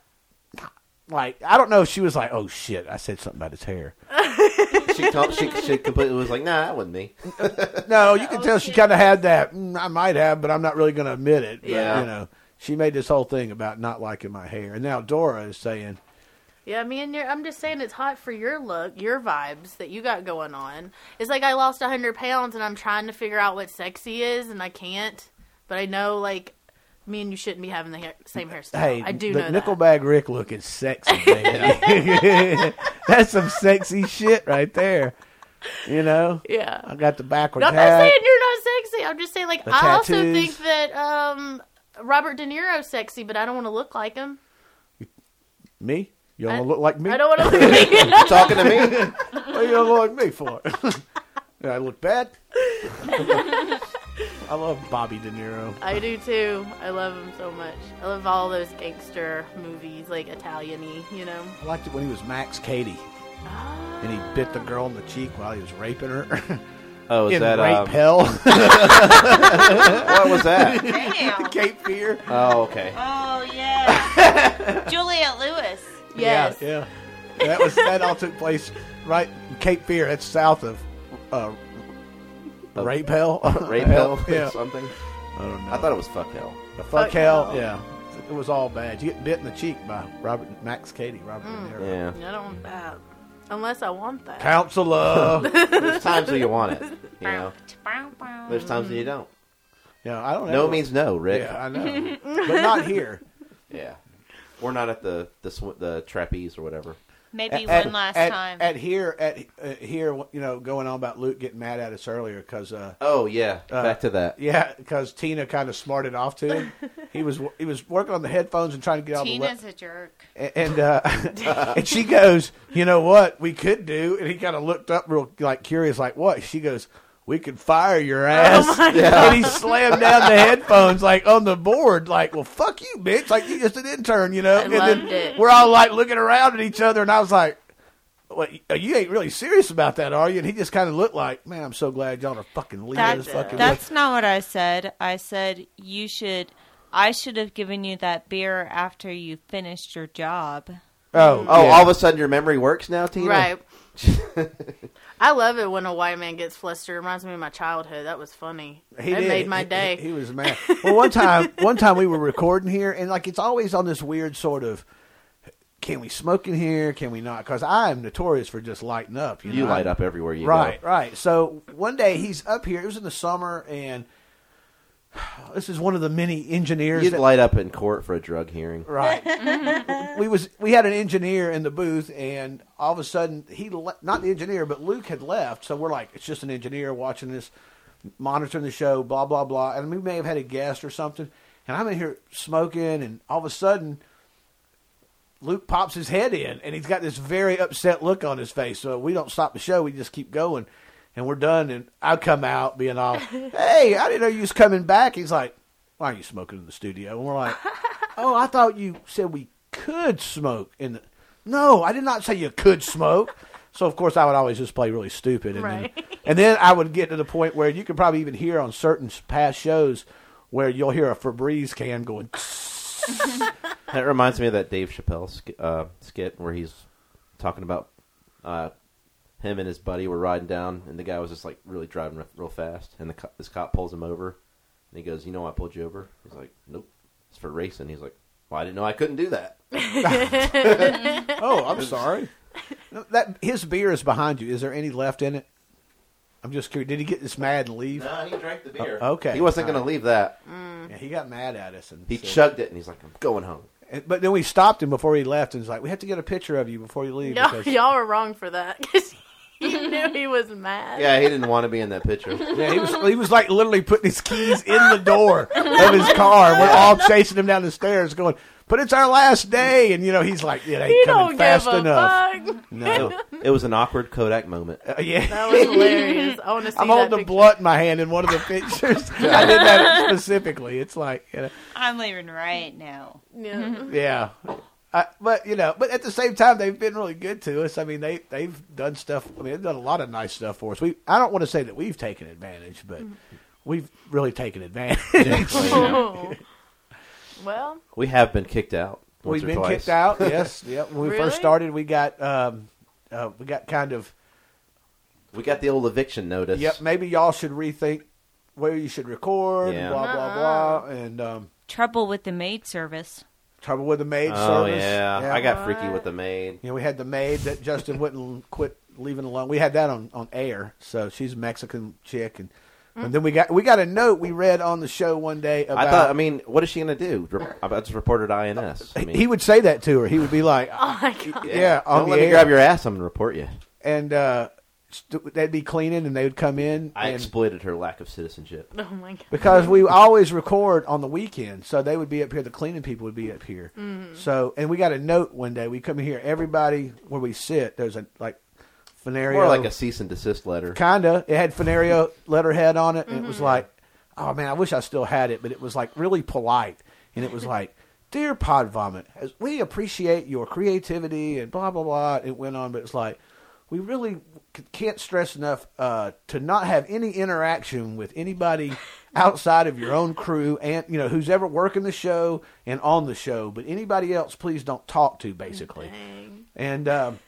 F: like I don't know. if She was like, oh shit, I said something about his hair.
G: She, com- she she completely was like, nah, that wasn't me.
F: No, you can tell she kind of had that. "Mm, I might have, but I'm not really going to admit it. But,
G: Yeah.
F: you know, she made this whole thing about not liking my hair, and now Dora is saying.
I: Yeah, I mean, you're, I'm just saying it's hot for your look, your vibes that you got going on. It's like I lost 100 pounds and I'm trying to figure out what sexy is and I can't. But I know, like, me and you shouldn't be having the hair, same hairstyle.
F: Hey,
I: I do
F: the
I: know that.
F: Nickelback Rick look is sexy, baby. That's some sexy shit right there. You know,
I: Yeah.
F: I got the backward
I: No, I'm not
F: hat.
I: saying you're not sexy. I'm just saying, like,
F: The
I: I also
F: tattoos.
I: think that um, Robert De Niro's sexy, but I don't want to look like him.
F: me? You don't look like me.
I: I don't want to look like him.
G: You talking to me?
F: What you don't look like me for? Did I look bad? I love Bobby De Niro.
I: I do too. I love him so much. I love all those gangster movies, like Italian y, you know?
F: I liked it when he was Max Cady, and he bit the girl in the cheek while he was raping her
G: Oh, is
F: in
G: that
F: rape
G: um,
F: hell.
G: what was that?
H: Damn.
F: Cape Fear.
G: Oh, okay.
I: Uh,
H: Oh yeah. Juliet Lewis.
I: Yes.
F: Yeah, yeah. That was that all took place right in Cape Fear. That's south of uh,
G: Of-
F: Rape Hell.
G: Rape hell or
F: Yeah.
G: something.
F: I don't know.
G: I thought it was fuck hell.
F: The fuck hell. Yeah. It was all bad. You get bit in the cheek by Robert Max Cady, Robert De Niro.
G: Yeah.
I: I don't want that. Unless I want that.
F: Counselor.
G: There's times when you want it. You know. There's times when you don't.
F: yeah, I don't
G: No
F: ever-
G: means no, Rick.
F: Mm-hmm. Yeah, I know. but not here.
G: Yeah. We're not at the the, sw- the trapeze or whatever.
H: Maybe
F: At-
H: one last
F: at-
H: time.
F: At here, at uh, here, you know, going on about Luke getting mad at us earlier because uh,
G: Oh yeah, back to that.
F: Yeah, because Tina kind of smarted off to him. he was he was working on the headphones and trying to get all the
H: Tina's a jerk.
F: le- and uh, and she goes, you know what we could do? And he kind of looked up real like curious, like what? She goes, we could fire your ass. And he slammed down the headphones like on the board, like well, fuck you, bitch, like you just an intern, you know. and then
I: loved it.
F: we're all like looking around at each other, and I was like. Well, uh, you ain't really serious about that, are you? And he just kind of looked like, man, I'm so glad y'all are fucking leaving
H: That-
F: this fucking.
H: that's not what I said. I said you should. I should have given you that beer after you finished your job.
F: oh,
G: Oh,
F: yeah.
G: all of a sudden your memory works now, Tina.
I: Right. I love it when a white man gets flustered. It reminds me of my childhood. That was funny.
F: He
I: that
F: did.
I: made my
F: He-
I: day.
F: He, he was mad. Well, one time, one time we were recording here, and like it's always on this weird sort of, can we smoke in here? Can we not? Because I am notorious for just lighting up. You,
G: You
F: know?
G: light up everywhere you
F: Right,
G: go.
F: right. So one day he's up here. It was in the summer, and this is one of the many engineers.
G: You'd
F: that-
G: light up in court for a drug hearing.
F: Right. we was we had an engineer in the booth, and all of a sudden he le- not the engineer, but Luke had left. So we're like, it's just an engineer watching this, monitoring the show, blah blah blah. And we may have had a guest or something. And I'm in here smoking, and all of a sudden. Luke pops his head in, and he's got this very upset look on his face. So we don't stop the show; we just keep going, and we're done. And I come out being all, "Hey, I didn't know you was coming back." He's like, "Why are you smoking in the studio?" And we're like, "Oh, I thought you said we could smoke." In the no, I did not say you could smoke. So of course, I would always just play really stupid, and then,
I: Right.
F: and then I would get to the point where you could probably even hear on certain past shows where you'll hear a Febreze can going.
G: That reminds me of that Dave Chappelle sk- uh, skit where he's talking about uh, him and his buddy were riding down, and the guy was just like really driving real- real fast, and the co- this cop pulls him over, and he goes, "You know, why I pulled you over." He's like, "Nope, it's for racing." He's like, "Well, I didn't know I couldn't do that."
F: oh, I'm sorry. No, That his beer is behind you. Is there any left in it? I'm just curious. Did he get this mad and leave?
G: No, he drank the beer.
F: Oh, okay,
G: He wasn't
F: All
G: gonna
F: right.
G: leave that.
F: Yeah, he got mad at us, and
G: He
F: said-
G: chugged it, and he's like, "I'm going home."
F: And- But then we stopped him before he left, and was like, "We have to get a picture of you before you leave."
I: Y'all,
F: because-
I: y'all were wrong for that because you knew he was mad.
G: Yeah, he didn't want to be in that picture.
F: Yeah, he was he was like literally putting his keys in the door of his car. We're all chasing him down the stairs, going, "But it's our last day," and you know he's like, "It ain't
I: He
F: coming
I: don't give
F: fast
I: a
F: enough."
I: fuck.
F: No,
G: It was an awkward Kodak moment.
F: Uh, yeah.
I: That was hilarious. I want to see
F: I'm
I: that
F: holding a
I: picture.
F: blunt in my hand in one of the pictures. I did that specifically. It's like, you know,
H: I'm leaving right now.
I: Yeah.
F: yeah, I, but you know, but at the same time, they've been really good to us. I mean, they they've done stuff. I mean, they've done a lot of nice stuff for us. We I don't want to say that we've taken advantage, but we've really taken advantage.
I: Oh. well,
G: We have been kicked out. once
F: We've
G: or
F: been
G: twice.
F: kicked out. Yes, yeah. When we
I: Really?
F: first started, we got um, uh, we got kind of.
G: We got the old eviction notice.
F: Yep, maybe y'all should rethink where you should record.
G: Yeah.
F: Blah blah blah, and um,
H: Trouble with the maid service.
F: trouble with the maid
G: Oh
F: service.
G: yeah. I got freaky
I: What?
G: with the maid.
F: You know, we had the maid that Justin wouldn't quit leaving alone. We had that on, on air, so she's a Mexican chick, and and then we got we got a note we read on the show one day about.
G: I thought. I mean, what is she gonna do? Re- I just reported INS. I mean,
F: he would say that to her. He would be like,
I: oh my god.
F: "Yeah, on
G: don't
F: the
G: let me
F: air."
G: grab your ass. I'm gonna report you.
F: and uh, st- they'd be cleaning, and they would come in.
G: I
F: and
G: exploited her lack of citizenship.
I: Oh my god.
F: because we always record on the weekend, so they would be up here. The cleaning people would be up here.
I: Mm-hmm.
F: So, and we got a note one day. We come here, everybody where we sit. There's a like Fenario,
G: More like a cease and desist letter.
F: kinda. It had Fenario letterhead on it, and it was like, oh man, I wish I still had it, but it was like really polite, and it was like. Dear Pod Vomit, as we appreciate your creativity and blah blah blah. It went on, but it's like we really c- can't stress enough uh, to not have any interaction with anybody outside of your own crew and you know who's ever working the show and on the show, but anybody else, please don't talk to basically. And um,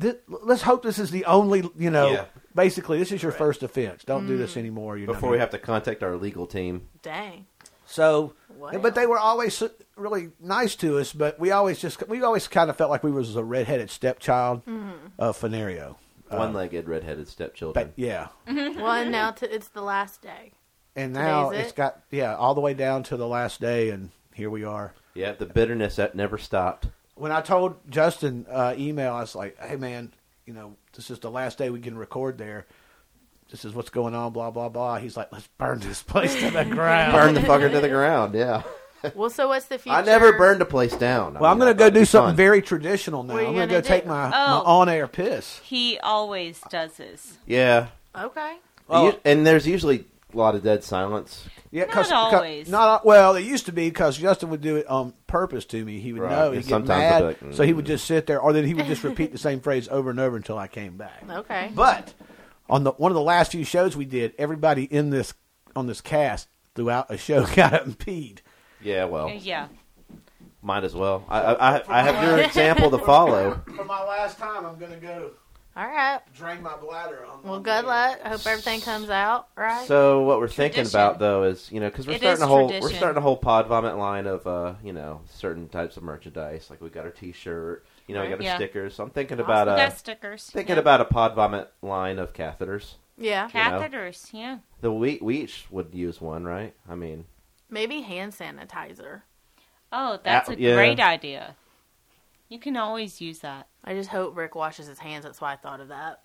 F: th- let's hope this is the only you know.
G: Yeah.
F: Basically, this is your first offense. Don't do
I: Mm.
F: this anymore. You know?
G: Before we have to contact our legal team,
I: Dang.
F: So,
I: Wow.
F: but they were always s- really nice to us. But we always just we always kind of felt like we was a redheaded stepchild
I: Mm-hmm.
F: of Fenario.
G: one-legged redheaded stepchildren.
F: But yeah,
I: Well, and now t- it's the last day.
F: and now
I: Mm-hmm. Today's
F: it's
I: it?
F: got yeah all the way down to the last day, and here we are.
G: yeah, the bitterness that never stopped.
F: When I told Justin uh, email, I was like, "Hey man, you know this is the last day we can record there. This is what's going on." Blah blah blah. He's like, "Let's burn this place to the ground."
G: Burn the fucker to the ground. Yeah,
I: Well, so what's the future?
G: I never burned a place down.
F: Well, I'm
G: mean, I
F: going to
G: thought
F: go
G: it'd be
F: do something
G: fun.
F: very traditional now.
I: What are you
F: I'm going to go
I: gonna
F: take
I: do?
F: my,
H: Oh.
F: my on air piss.
H: He always does this.
G: Yeah,
I: Okay.
F: Oh.
G: and there's usually a lot of dead silence.
F: Yeah,
H: Not
F: 'cause- 'cause-
H: always.
F: not well. It used to be because Justin would do it on purpose to me. He would
G: Right,
F: know
G: and
F: he'd get
G: sometimes
F: mad,
G: I'd be like,
F: so he would just sit there, or then he would just repeat the same phrase over and over until I came back.
I: Okay.
F: But on the one of the last few shows we did, everybody in this on this cast throughout a show got up and peed.
G: Yeah, well,
H: Yeah.
G: might as well. I, I, I- I have your example to follow.
F: For my last time, I'm going to go
I: All right.
F: drain my bladder. On,
I: Well, good luck. I hope everything comes out right.
G: So what we're thinking
H: Tradition.
G: about though is you know because we're
H: It is
G: starting a whole we're
H: tradition.
G: starting a whole pod vomit line of uh you know certain types of merchandise like we got our T-shirt you know we got our
H: Yeah.
G: stickers so I'm thinking about
H: we
G: uh
H: got stickers.
G: thinking
H: yeah.
G: about a pod vomit line of catheters.
I: yeah.
G: you know.
H: catheters. Yeah.
G: The we we each would use one right? I mean
I: Maybe hand sanitizer.
H: Oh, that's a
G: yeah.
H: great idea. You can always use that.
I: I just hope Rick washes his hands. That's why I thought of that.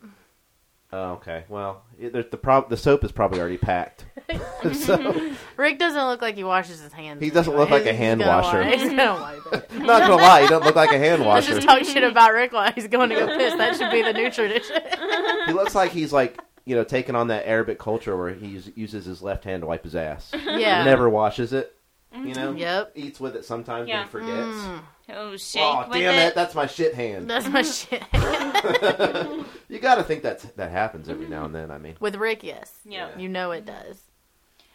G: oh, okay well it, there's the prob the soap is probably already packed so
I: Rick doesn't look like he washes his hands.
G: He doesn't look like a
I: He's
G: hand
I: gonna
G: washer.
I: wipe- He's gonna wipe it.
G: I'm not gonna lie you don't look like a hand
I: Let's
G: washer.
I: just talk shit about Rick while he's going to go piss. That should be the new tradition.
G: He looks like he's like you know taking on that Arabic culture where he us- uses his left hand to wipe his ass.
I: Yeah.
G: never washes it. You know?
I: Yep.
G: Eats with it sometimes
H: Yeah.
G: and forgets.
H: Oh, shake
G: Oh,
H: with
G: damn it.
H: it.
G: That's my shit hand.
I: That's my shit.
G: You got to think that's, that happens every now and then. I mean,
I: With Rick, yes.
H: Yeah.
I: You know it does.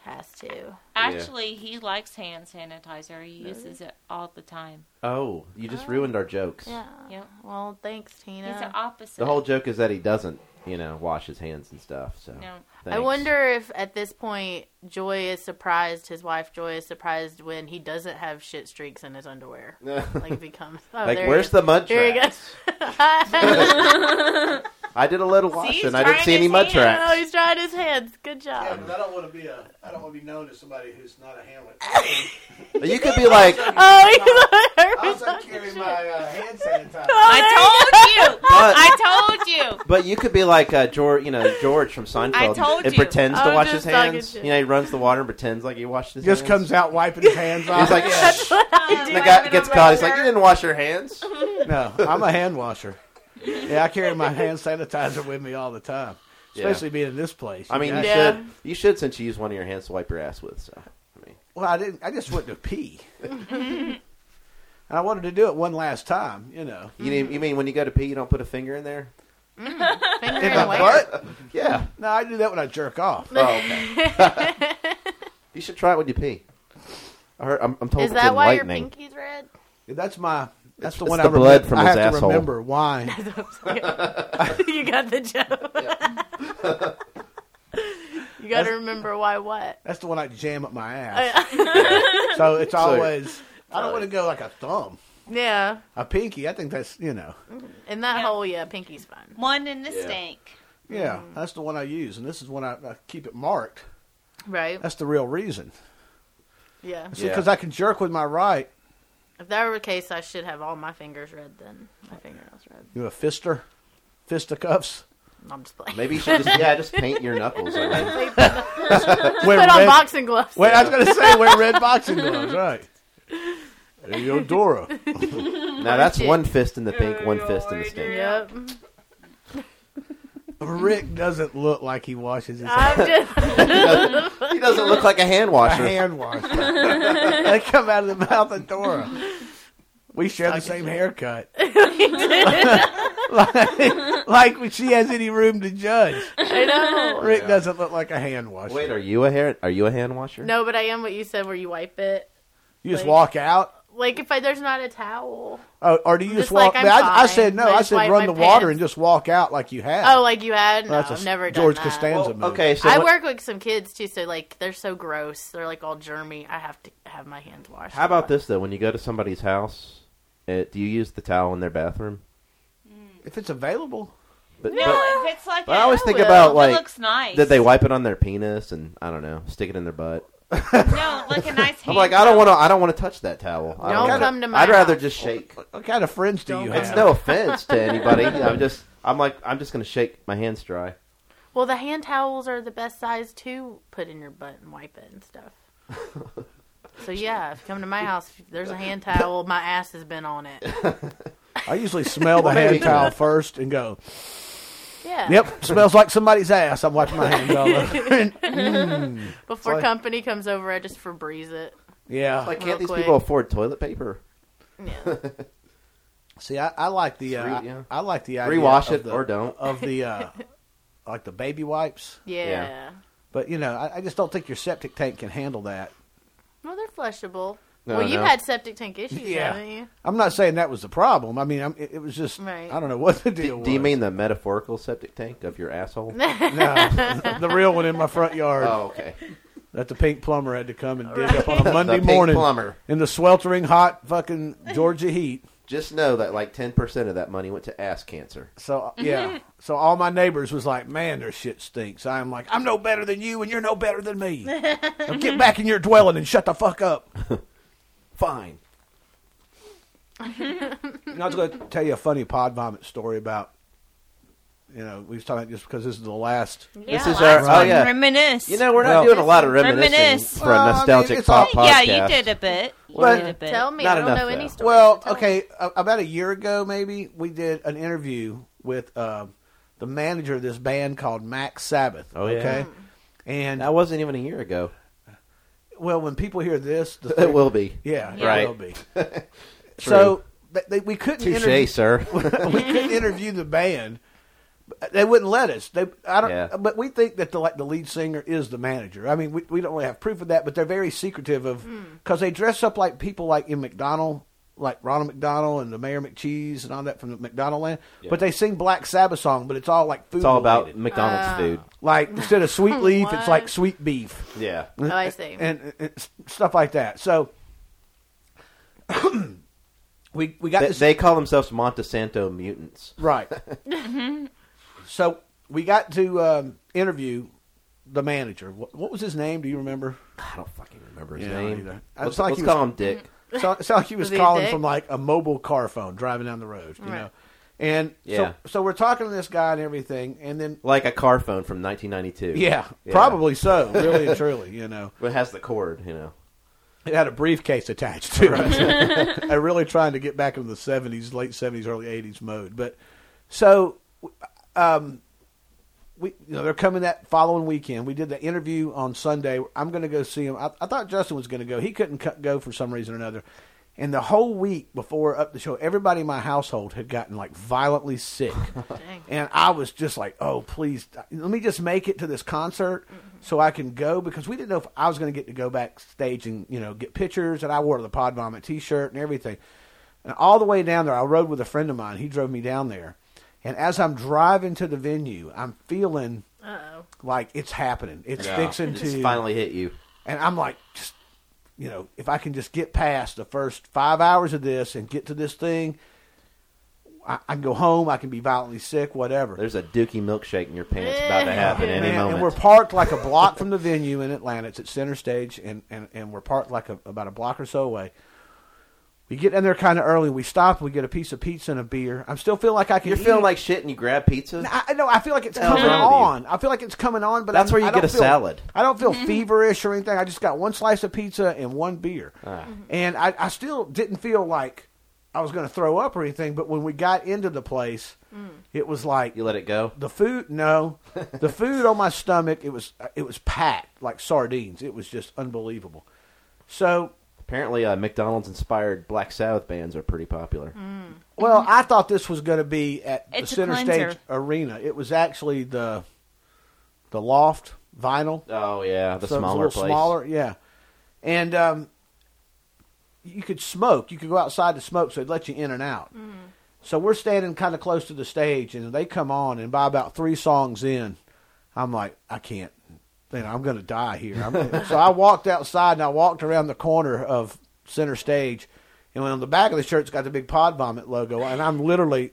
I: has to.
H: Actually, he likes hand sanitizer. He uses it all the time.
G: Oh, you just ruined our jokes.
I: Yeah.
H: Yep.
I: Uh, Well, thanks, Tina.
H: He's the opposite.
G: The whole joke is that he doesn't, you know, wash his hands and stuff. So
H: No.
I: I
G: thanks.
I: wonder if at this point Joy is surprised, his wife Joy is surprised when he doesn't have shit streaks in his underwear. like becomes oh,
G: Like,
I: there it
G: where's
I: is.
G: the mud
I: There he
G: tracks?
I: goes.
G: I did a little
H: he's
G: wash and I didn't
H: trying
G: see any
H: his
G: mud
H: hand.
I: oh,
G: tracks.
I: he's drying his hands. Good
F: Yeah,
I: job.
F: but I don't want to be a. I don't want to be known as somebody who's not a Hamlet.
G: You could be like, uh,
I: Oh, he's
F: I also carry my uh, hand sanitizer.
H: I told you.
G: but
H: I told you.
G: But you could be like uh, George, you know George from Seinfeld.
H: I told
G: and
H: you.
G: pretends to
I: I'm
G: wash his
I: just talking
G: hands.
I: shit.
G: You know, he runs the water and pretends like he washed his.
F: Just
G: hands.
F: comes out wiping his hands off.
G: He's like, "Shh." And the guy gets caught. He's like, you didn't wash your hands.
F: no, I'm a hand washer. Yeah, I carry my hand sanitizer with me all the time,
G: Yeah.
F: especially being in this place.
G: I mean,
F: Yeah.
G: you
I: Yeah.
G: should. You should since you use one of your hands to wipe your ass with. So, I mean,
F: well, I didn't. I just went to pee, and I wanted to do it one last time. You know,
I: Mm.
G: you, mean- you mean when you go to pee, you don't put a finger in there?
I: Finger
F: In
I: in
F: my
I: where?
F: butt?
G: Yeah.
F: No, I do that when I jerk off.
G: Oh, okay. you should try it when you pee. I heard, I'm, I'm told
I: Is
G: it's
I: that why your
G: enlightening.
I: pinky's red?
F: That's my. That's the
G: It's
F: one
G: the
F: I remember.
G: blood from
F: I
G: his
F: have
G: asshole.
F: to remember why.
I: you got the joke. you got to remember why what.
F: That's the one I jam up my ass.
I: yeah.
F: so it's always. I don't want to go like a thumb,
I: Yeah.
F: a pinky. I think that's you know.
I: In that
H: Yeah.
I: hole, yeah, pinky's fine.
H: One in the
G: Yeah.
H: stink.
F: Yeah, that's the one I use, and this is when I, I keep it marked.
I: Right?
F: That's the real reason.
I: Yeah.
F: It's
G: Yeah.
F: because I can jerk with my right.
I: If that were the case, I should have all my fingers red then. My fingernails red.
F: You a fister, fisticuffs.
I: No, I'm just playing.
G: Maybe you should just yeah, just paint your knuckles. I mean.
F: Wear
I: Put on
F: red-
I: boxing gloves.
F: Wait, I was gonna say wear red boxing gloves, right? There you go, Dora.
G: Now that's one fist in the pink, one
I: Oh,
G: fist in the stink.
I: Yep.
F: Rick doesn't look like he washes his hands.
I: I'm just.
G: He doesn't look like a hand
F: A
G: washer.
F: hand wash. they come out of the mouth of Dora. We share the same haircut. like, like she has any room to judge.
I: I know.
F: Rick doesn't look like a hand washer.
G: Wait, are you a hair? Are you a hand washer?
I: No, but I am what you said where you wipe it.
F: you just
I: wait.
F: walk out.
I: Like if I, there's not a towel.
F: Oh, or do you
I: I'm
F: just
I: just like,
F: walk?
I: I'm
F: I, I
I: fine.
F: said no.
I: I
F: I
I: just
F: said
I: wipe
F: run
I: my
F: the water
I: pants.
F: and just walk out like you have.
I: Oh, like you had? No,
F: That's a
I: I've never done
F: George
I: that.
F: Costanza movie.
G: Okay, so
I: I
G: what-
I: work with some kids too, so like they're so gross. They're like all germy. I have to have my hands washed.
G: How about this though? When you go to somebody's house, uh do you use the towel in their bathroom?
F: If it's available,
G: But,
H: No, if it's like
G: but I always
I: I
G: think
I: will.
G: about
H: it
G: like,
H: looks nice.
G: did they wipe it on their penis and I don't know, stick it in their butt?
H: No, like a nice.
G: I'm like, I don't want to. I don't want to touch that towel. I
I: Don't
G: wanna-
I: come to my
G: I'd rather
I: house.
G: just shake.
F: what kind of friends do you
G: It's
F: have?
G: no offense to anybody. I'm just. I'm like. I'm just gonna shake my hands dry.
I: Well, the hand towels are the best size to put in your butt and wipe it and stuff. so yeah, if you come to my house, if there's a hand towel. My ass has been on it.
F: I usually smell the
G: Maybe.
F: hand towel first and go,
I: Yeah.
F: "Yep, smells like somebody's ass." I'm wiping my hands all over.
I: Before
F: Sorry.
I: company comes over, I just Febreze it.
F: yeah.
H: Oh,
G: Like,
I: Real
G: can't these
I: quick.
G: people afford toilet paper?
F: See, I, I like the uh,
G: Re- yeah.
F: I, I like the idea
G: Rewash
F: of
G: it
F: the-
G: or don't.
F: of the uh, like the baby wipes,
I: Yeah.
G: Yeah.
F: but you know, I, I just don't think your septic tank can handle that.
I: Well, they're flushable.
G: No,
I: well, you've
G: no.
I: had septic tank issues,
F: Yeah.
I: haven't you?
F: I'm not saying that was the problem. I mean, I'm, it, it was just
I: Right.
F: I don't know what the deal was.
G: Do you mean the metaphorical septic tank of your asshole?
F: no, the real one in my front yard
G: Oh, okay.
F: that the pink plumber had to come and dig up on a Monday
G: the pink
F: morning
G: plumber.
F: in the sweltering hot fucking Georgia heat?
G: Just know that like ten percent of that money went to ass cancer.
F: So yeah, so all my neighbors was like, "Man, their shit stinks." I'm like, "I'm no better than you, and you're no better than me." now get back in your dwelling and shut the fuck up.
G: Fine.
F: And I was going to tell you a funny pod vomit story about. You know, we was talking about just because this is the last.
G: This is our oh
F: time.
G: yeah.
H: Reminisce.
G: You know we're not
F: Well-
G: doing a lot of reminiscing
H: Reminisce.
G: for a
F: Well, I mean,
G: nostalgic
F: it's
G: pop
F: all-
G: podcast.
H: Yeah, you did a bit. You
F: But-
H: did a bit.
I: Tell me.
G: Not
I: I don't
G: enough,
I: know any
G: though.
I: stories.
F: Well,
I: Tell me.
F: okay, a- about a year ago, maybe we did an interview with uh, the manager of this band called Max Sabbath.
G: Oh, yeah.
F: okay, and
G: That wasn't even a year ago.
F: well, when people hear this, the
G: It will be.
F: yeah,
G: Right.
F: it will be. so they, they, we couldn't
G: Touche,
F: interview,
G: sir.
F: we couldn't interview the band They wouldn't let us. They, I don't.
G: Yeah.
F: But we think that the like the lead singer is the manager. I mean, we, we don't really have proof of that, but they're very secretive of because they dress up like people like in McDonald, like Ronald McDonald and the Mayor McCheese and all that from the McDonald land. But they sing Black Sabbath song, but it's all like food.
G: It's all about
F: related.
G: McDonald's
H: Uh.
G: food.
F: like instead of sweet leaf, it's like
I: What?
F: sweet beef.
G: Yeah.
I: Oh, I see.
F: And, and, and stuff like that. So we we got
G: They,
F: this
G: they call themselves Monsanto mutants.
F: Right.
I: Mm-hmm.
F: so we got to um, interview the manager. What, what was his name? Do you remember?
G: I don't fucking remember his
F: Yeah, I don't
G: name.
F: either. I
G: Let's,
F: just like
G: let's
F: he was-
G: call him Dick.
F: So, it sounded like he was,
I: Was he a
F: calling
I: dick?
F: from like a mobile car phone driving down the road, you
I: Right.
F: know. And
G: Yeah.
F: so, so we're talking to this guy and everything, and then
G: Like a car phone from 1992.
F: yeah, probably so, really and truly, you know.
G: But it has the cord, you know.
F: It had a briefcase attached to it. I'm really trying to get back into the 70s, late 70s, early 80s mode. But so, um, we you know they're coming that following weekend. We did the interview on Sunday. I'm going to go see him. I, I thought Justin was going to go. He couldn't co- go for some reason or another. And the whole week before up the show, everybody in my household had gotten like violently sick. And I was just like, oh, please, let me just make it to this concert so I can go because we didn't know if I was going to get to go backstage and, you know, get pictures. And I wore the Pod Vomit t shirt and everything. And all the way down there, I rode with a friend of mine. He drove me down there. And as I'm driving to the venue, I'm feeling like it's happening. It's fixing
G: It's
F: to.
G: finally hit you.
F: And I'm like, just, you know, if I can just get past the first five hours of this and get to this thing, I, I can go home. I can be violently sick, whatever.
G: There's a dookie milkshake in your pants about to happen any
F: Man,
G: moment.
F: And we're parked like a block from the venue in Atlanta. It's at center stage, and, and, and we're parked like a, about a block or so away. We get in there kind of early. We stop. We get a piece of pizza and a beer. I'm still feel like I can.
G: You're
F: eat.
G: feeling like shit and you grab pizza?
F: I I know. I feel like it's
G: Hell's
F: coming
G: wrong with
F: on. I feel like it's coming on. But
G: That's
F: I'm-
G: where you
F: I don't
G: get a
F: feel-
G: salad.
F: I don't feel feverish or anything. I just got one slice of pizza and one beer, and I, I still didn't feel like I was going to throw up or anything. But when we got into the place, it was like
G: You let it go?
F: the food no the food on my stomach it was uh, it was packed like sardines it was just unbelievable so
G: Apparently, uh, McDonald's inspired Black Sabbath bands are pretty popular.
F: well i thought this was going to be at
H: Mm-hmm. It's
F: the
H: a
F: center
H: cleanser.
F: stage arena it was actually the the loft vinyl
G: Oh, yeah. The
F: so it was a
G: smaller
F: little
G: place.
F: smaller yeah and um you could smoke you could go outside to smoke so they'd let you in and out
H: Mm-hmm.
F: so we're standing kind of close to the stage and they come on and by about three songs in i'm like i can't you know, i'm going to die here I'm, so i walked outside and i walked around the corner of center stage and on the back of the shirt's got the big pod vomit logo and i'm literally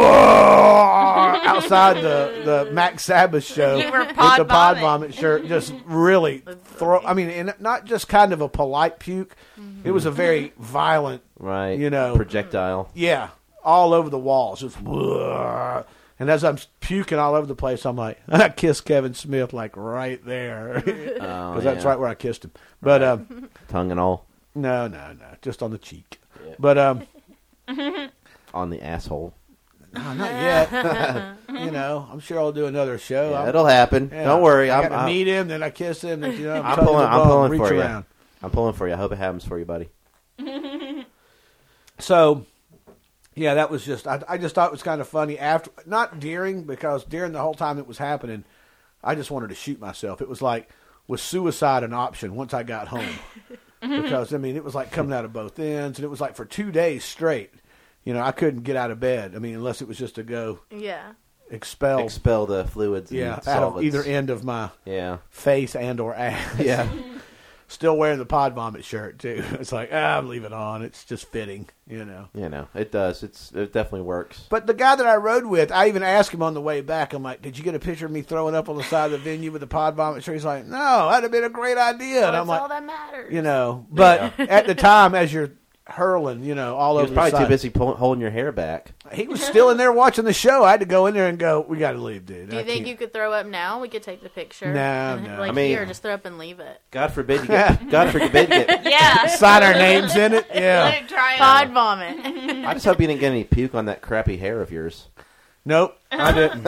F: outside the the Max Sabbath show
H: You were
F: with
H: pod
F: the pod
H: vomit.
F: vomit shirt, just really throw. I mean, and not just kind of a polite puke. It was a very violent,
G: Right.
F: You know,
G: Projectile.
F: yeah, all over the walls. Just, and as I'm puking all over the place, I'm like, I kissed Kevin Smith like right there because
G: Oh,
F: that's
G: yeah.
F: right where I kissed him. But um,
G: Tongue and all.
F: no, no, no, just on the cheek.
G: Yeah.
F: But um,
G: On the asshole.
F: no, not yet. you know, I'm sure I'll do another show.
G: Yeah,
F: I'm-
G: it'll happen.
F: Yeah.
G: Don't worry.
F: I
G: I'm,
F: gotta
G: I'm,
F: meet him, then I kiss him. Then, you know,
G: I'm
F: touch
G: pulling.
F: the
G: I'm
F: bum,
G: pulling
F: reach
G: for you.
F: around.
G: I'm pulling for you. I hope it happens for you, buddy.
F: So, yeah, that was just. I, I just thought it was kind of funny after, not during, because during the whole time it was happening, I just wanted to shoot myself. It was like was suicide an option once I got home, because I mean it was like coming out of both ends, and it was like for two days straight. You know, I couldn't get out of bed. I mean, unless it was just to go
I: yeah.
F: expel,
G: Expel the fluids.
F: Oh. yeah,
G: and
F: out of
G: solids.
F: either end of my
G: Yeah.
F: face and or ass.
G: Yeah.
F: still wearing the pod vomit shirt too. It's like ah, I'm leaving on. It's just fitting, you know.
G: You know, it does. It's it definitely works.
F: But the guy that I rode with, I even asked him on the way back. I'm like, "Did you get a picture of me throwing up on the side of the venue with the pod vomit shirt?" He's like, "No, that'd have been a great idea." And
I: That's
F: I'm
I: all
F: like,
I: that matters.
F: you know, but at the time, as you're hurling, you know, all
G: He
F: over
G: was
F: the
G: probably too
F: side,
G: busy pull, holding your hair back.
F: he was still in there watching the show. I had to go in there and go, "We got to leave, dude."
I: Do you
F: I
I: think
F: can't."
I: you could throw up now? We could take the picture.
F: No,
I: And,
F: no.
I: Like
G: I mean-
I: here, just throw up and leave it.
G: God forbid you get. God forbid you get.
H: Yeah.
F: sign our names in it?
H: Let
F: Yeah.
H: it dry up.
I: Pod vomit.
G: I just hope you didn't get any puke on that crappy hair of yours.
F: Nope, I didn't.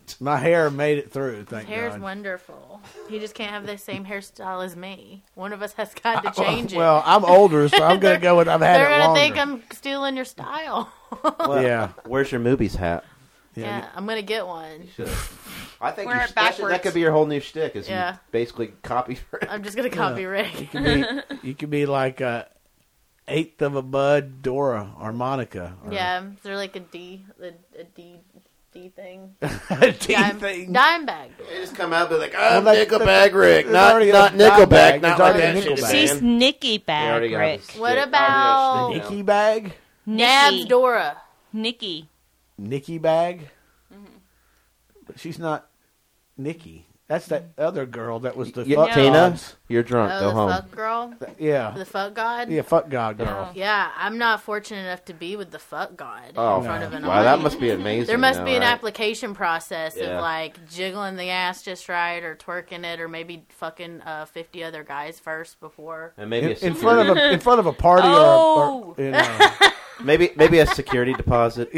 F: My hair made it through. Thank
I: Hair's
F: God.
I: wonderful. He just can't have the same hairstyle as me. One of us has got to change it.
F: Oh, Well, I'm older, so I'm gonna go with I've had
I: They're
F: it
I: gonna
F: longer.
I: think I'm stealing your style.
G: Well,
F: Yeah.
G: Where's your movies hat?
I: Yeah, I'm gonna get one.
G: Should. I think
I: Wear
G: you should- that,
I: it
G: should- that
I: backwards.
G: could be your whole new shtick. Is
I: Yeah.
G: you basically copy.
I: I'm just gonna copy Rick.
F: You could be, you could be like a eighth of a bud Dora harmonica. Or,
I: yeah, is there like a D, a, a D, D thing?
F: A D
I: Dime-
F: thing.
I: Dime bag.
G: They just come out and be like,
F: Well,
G: "I'm
F: that-
G: Nickelback
F: that-
G: Rick,
F: it's
G: not
F: already a
G: not
F: dime
G: Nickelback,
F: bag.
G: not
F: It's
G: like
F: already
G: that
F: a
G: shit,
F: Nickelback.
H: She's
G: man."
H: Nicky
G: They
H: Bag
G: already got
H: Rick.
G: this.
I: What
G: Yeah,
I: about
G: obvious thing
F: Nikki bag,
I: Nabs
H: Nikki.
I: Dora?
H: Nikki.
F: Nikki bag.
I: Mm-hmm.
F: But she's not Nikki. That's that other girl that was the
G: now.
F: fuck
G: Yeah, Tina,
F: gods.
G: you're drunk.
I: Oh,
G: Go
I: the
G: home.
I: fuck girl,
F: Yeah,
I: the fuck god.
F: yeah, fuck god girl.
I: Yeah, I'm not fortunate enough to be with the fuck god
G: Oh,
I: in front of an
G: wow, that
I: audience.
G: must be amazing.
I: There must
G: though,
I: be an
G: right?
I: application process
G: Yeah.
I: of like jiggling the ass just right, or twerking it, or maybe fucking uh, fifty other guys first before.
G: And maybe a
F: In
G: security,
F: front of a in front of a party
H: Oh.
F: or, a- or in a,
G: maybe maybe a security deposit.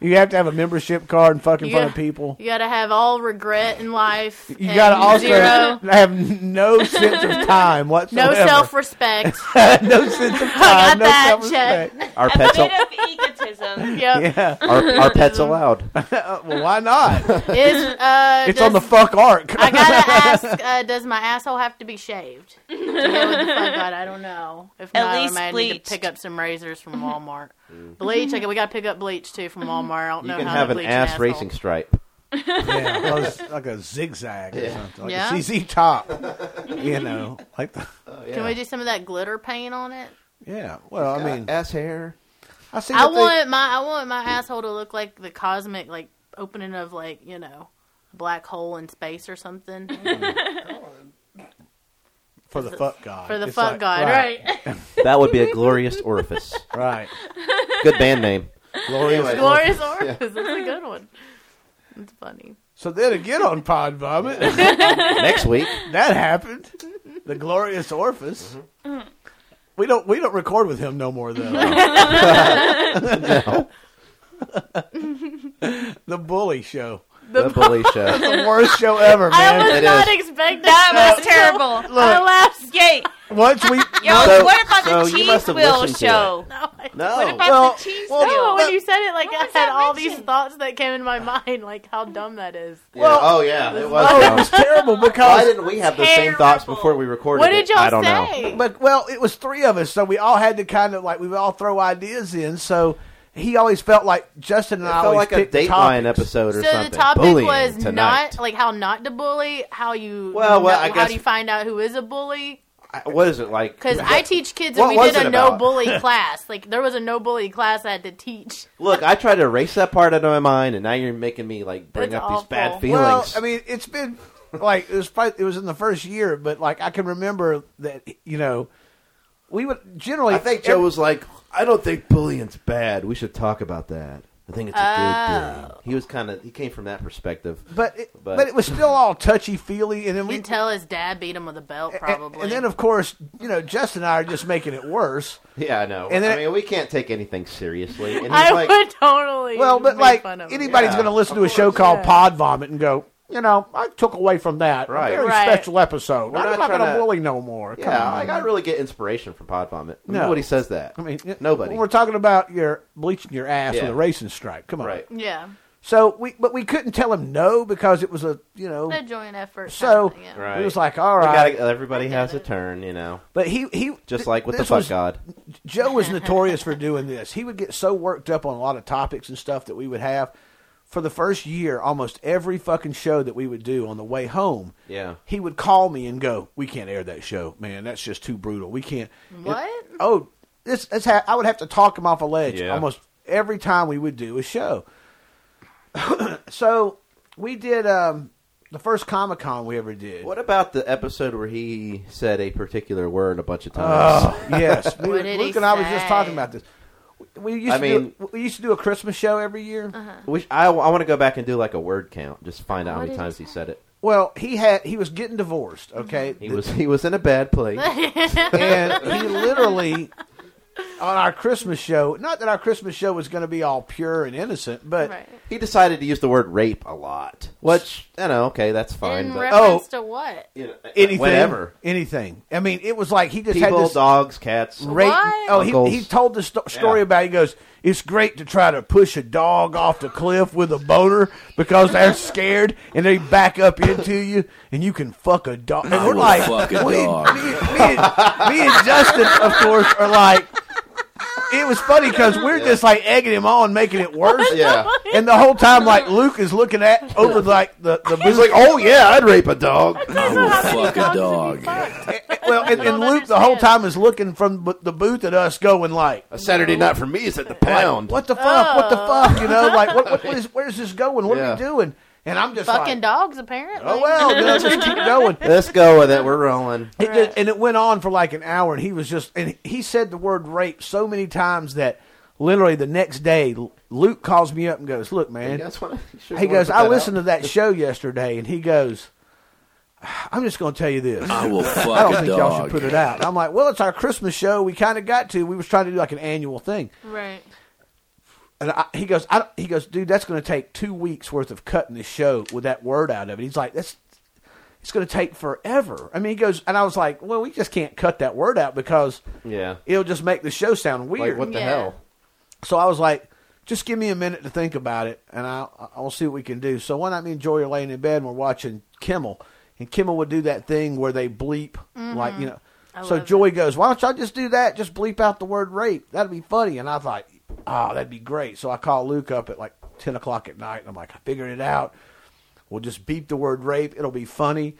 F: you have to have a membership card and fuck in
I: You
F: front
I: got-
F: of people.
I: You gotta have all regret in life.
F: You
I: and
F: got to also
I: zero,
F: have no sense of time
I: no
F: whatsoever.
I: self respect.
F: no sense of
I: I
F: time.
I: got
F: no
I: that,
F: self-respect.
G: Our
H: A
G: pets,
H: bit
G: al-
H: of egotism.
I: yep.
F: Yeah.
G: our, our pets allowed.
F: Uh, well, why not?
I: Is, uh,
F: It's
I: does-
F: on the fuck arc.
I: I gotta ask: uh, Does my asshole have to be shaved? To go with the fuck god, I don't know. If
H: At
I: not,
H: least
I: I might need
H: bleached.
I: to pick up some razors from Walmart.
F: Mm.
I: bleach. Okay, we gotta pick up bleach too from Walmart. I don't
G: You
I: know
G: can
I: how
G: have
I: to
G: an
I: bleach
G: ass
I: asshole.
G: racing stripe.
F: yeah, well, it's like a zigzag or
G: Yeah.
F: something, like
I: Yeah.
F: a ZZ top. You know, like the,
I: Can we do some of that glitter paint on it?
F: yeah. Well, I mean,
G: ass hair.
F: I see.
I: I
F: that they-
I: want my I want my asshole to look like the cosmic like opening of like you know a black hole in space or something
F: for the fuck god.
I: for the
F: It's like-
I: fuck god, right?
G: That would be a glorious orifice.
F: Right.
G: Good band name.
F: Glorious.
G: Anyway.
I: Glorious Orpheus. That's a good one. That's funny.
F: So then again on Pod Vomit,
G: Next week,
F: that happened. The glorious Orpheus. We don't we don't record with him no more though. the bully show.
G: the bully show.
F: The worst show ever,
I: I
F: man.
I: was
G: It
I: not
G: is.
I: expecting
H: That was terrible.
I: I laughed.
H: Yay.
F: Once we
H: Yo,
G: So-
H: what about
G: so
H: the
G: you
H: cheese
G: must have
H: wheel
G: listened to
H: show?
I: No, I-
G: No,
H: about
F: Well,
H: the cheese
F: well,
H: wheel?
I: no, when you said it, like
H: What was
I: I had
H: that
I: all these
H: mentioned?
I: thoughts that came in my mind, like how dumb that is.
G: Yeah. Oh yeah, it
F: oh, it
G: was.
F: was terrible
G: Why
F: because
G: didn't we have the same thoughts
H: terrible.
G: before we recorded?
I: What did
G: it?
I: y'all
G: I don't
I: say?
G: know.
F: But well, it was three of us, so we all had to kind of like we would all throw ideas in. So he always felt like Justin and
G: It
F: I
G: felt
F: always
G: like a
F: picked
G: Dateline
F: topics.
G: episode
I: So
G: or something.
I: the topic
G: Bullying
I: was
G: tonight.
I: not like how not to bully, how you
G: Well, well,
I: know-
G: I
I: how
G: guess-
I: do you find out who is a bully?
G: I- What is it like?
I: Because I teach kids,
G: What
I: and we
G: was
I: did a
G: it
I: no
G: about?
I: bully class. Like there was a no bully class I had to teach.
G: Look, I tried to erase that part out of my mind, and now you're making me like bring
I: That's
G: up these bad
I: awful.
G: feelings.
F: Well, I mean, it's been like it was probably, it was in the first year, but like I can remember that you know we would generally.
G: I think Joe was like, I don't think bullying's bad. We should talk about that. I think it's a
I: Oh.
G: good thing. He was kind of he came from that perspective.
F: but it,
G: but-
F: but, it was still all touchy feely, and then
I: You
F: we
I: can tell his dad beat him with a belt,
F: and-
I: probably.
F: and then of course you know Justin and I are just making it worse.
G: yeah, I know.
F: And then-
G: I mean, we can't take anything seriously. And he's
I: I
G: like,
I: would totally.
F: Well, but
I: make
F: like
I: fun of him.
F: anybody's
G: Yeah,
F: going to listen
G: of
F: to a show
G: course.
F: called Pod Vomit and go, you know, I took away from that
G: Right.
F: a very
I: Right.
F: special episode.
G: We're not
F: I'm not going
G: tryna-
F: to bully no more. Come
G: yeah,
F: on.
G: like, I really get inspiration from Pod Vomit.
F: No.
G: Nobody says that.
F: I mean, it-
G: nobody.
F: We're talking about your bleaching your ass
G: Yeah.
F: with a racing stripe. Come on,
G: right.
I: yeah,
F: So we, but we couldn't tell him no because it was a, you know,
I: a joint effort. kind
F: So-
I: of thing, yeah.
G: Right.
F: it was like all
G: We
F: right.
G: gotta- everybody has a turn, you know.
F: but he, he,
G: Just
F: th-
G: like with the
F: this
G: fuck
F: was-
G: god.
F: Joe was notorious for doing this. He would get so worked up on a lot of topics and stuff that we would have. For the first year, almost every fucking show that we would do on the way home,
G: Yeah.
F: he would call me and go, "We can't air that show, man. That's just too brutal. We can't."
I: What?
F: And- oh, this, this ha- I would have to talk him off a ledge
G: Yeah.
F: almost every time we would do a show. so we did um, the first Comic Con we ever did.
G: What about the episode where he said a particular word a bunch of times?
F: yes, we,
I: What did he
F: Luke and I was just
I: say?
F: talking about this. We used
G: I
F: to
G: mean-
F: do, we used to do a Christmas show every year.
I: Uh-huh.
G: We sh- I, want to go back and do like a word count, just find out how
I: What
G: many
I: did he
G: times he said it.
F: Well, he had he was getting divorced, okay,
G: He was he was in a bad place.
F: and he literally on our Christmas show. Not that our Christmas show was going to be all pure and innocent, but
I: Right.
G: He decided to use the word rape a lot, which you know, okay, that's fine.
I: In
G: but
F: Oh,
I: reference to what?
G: you know,
F: anything,
G: whatever.
F: anything. I mean, it was like he just
G: People,
F: had this
G: dogs, cats,
F: Ra-
I: What?
F: Oh,
G: Uncles.
F: he, he told the sto- story
G: Yeah.
F: about. He goes, "It's great to try to push a dog off the cliff with a boner because they're scared and they back up into you, and you can fuck a dog." And we're
A: would
F: like,
A: fuck a
F: we-
A: dog.
F: Me, me and, me and Justin, of course, are like. It was funny because we're just like egging him on, making it worse.
G: Yeah.
F: And the whole time, like Luke is looking at over like the the booth,
G: He's like, oh yeah, I'd rape a dog.
A: I will fuck a dog.
F: well, and, and Luke the whole time is looking from b- the booth at us, going like,
G: A Saturday night for me is at the
F: Like,
G: pound.
F: what the fuck? What the fuck? You know, like what? what, what is, where's this going? What are
G: Yeah.
F: we doing? And I'm just
I: Fucking
F: like,
I: dogs, apparently.
F: oh well, you know, just keep going.
G: Let's go with it. We're rolling.
F: It just, and it went on for like an hour, and he was just, and he said the word rape so many times that literally the next day, Luke calls me up and goes, "Look, man, he goes, I listened to that show yesterday, and he goes, I'm just going to tell you this."
A: I will fuck
F: I don't
A: a
F: think
A: Oh, dog.
F: y'all should put it out. And I'm like, well, it's our Christmas show. We kind of got to. We was trying to do like an annual thing.
I: Right.
F: And I, he goes, I, don't- he goes, dude, that's going to take two weeks worth of cutting the show with that word out of it. He's like, that's, it's going to take forever. I mean, he goes, and I was like, well, we just can't cut that word out because
G: Yeah.
F: it'll just make the show sound
G: Like
F: weird.
G: what the
I: Yeah.
G: hell?
F: so I was like, just give me a minute to think about it, and I'll, I'll see what we can do. So one night, me and Joy are laying in bed, and we're watching Kimmel, and Kimmel would do that thing where they bleep, like you know. so
I: love
F: Joy goes, "Why don't y'all just do that? Just bleep out the word rape. That'd be funny." And I thought, "Ah, that'd be great." So I call Luke up at like ten o'clock at night, and I'm like, "I figured it out. We'll just beep the word rape. It'll be funny."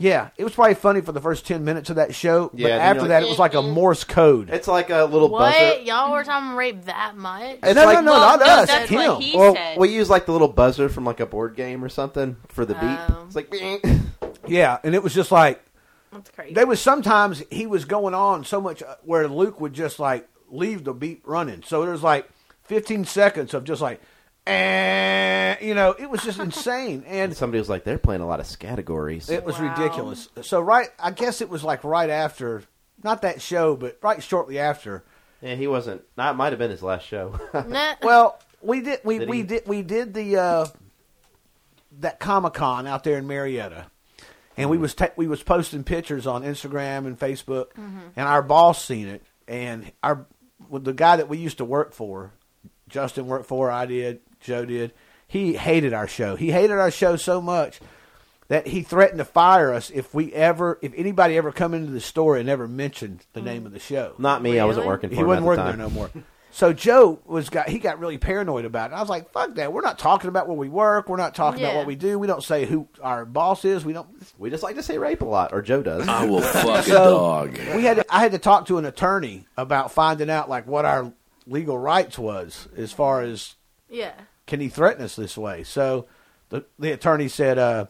F: Yeah, it was probably funny for the first ten minutes of that show,
G: Yeah,
F: but
G: then you're
F: after
G: like-
F: that, it was like a Morse code.
G: It's like a little
I: What?
G: buzzer.
I: Y'all were talking rape that much?
G: It's
F: no,
G: like,
F: no, no,
H: Well,
F: not
H: no,
F: us.
H: that's
F: him.
H: what he
G: Well,
H: said.
G: we use like the little buzzer from like a board game or something for the beep.
I: Oh.
G: It's like, "Bing."
F: Yeah, and it was just like
I: That's crazy.
F: there was sometimes he was going on so much uh, where Luke would just like leave the beat running. So there's like 15 seconds of just like, eh, you know, it was just insane
G: and
F: and
G: somebody was like, they're playing a lot of categories.
F: it was
I: Wow.
F: ridiculous. So right, I guess it was like right after, not that show, but right shortly after.
G: yeah, he wasn't. That might have been his last show.
I: Nah.
F: Well, we did we
G: Did
F: we
G: he-
F: did we did the uh, that Comic Con out there in Marietta, and
G: Mm-hmm.
F: we was ta- we was posting pictures on Instagram and Facebook, and our boss seen it, and our with the guy that we used to work for, Justin worked for, I did, Joe did. He hated our show. He hated our show so much that he threatened to fire us if we ever if anybody ever come into the store and ever mentioned the name of the show
G: Not me. I wasn't
I: Really?
G: working for
F: he
G: him. at
F: wasn't
G: the
F: working there
G: time.
F: no more. So Joe was got he got really paranoid about it. I was like, "Fuck that! We're not talking about where we work. We're not talking about
I: Yeah.
F: what we do. We don't say who our boss is. We don't."
G: We just like to say rape a lot, or Joe does.
A: I will fuck a
F: So-
A: dog.
F: We had to, I had to talk to an attorney about finding out like what our legal rights was as far as
I: yeah.
F: can he threaten us this way? So the the attorney said, uh,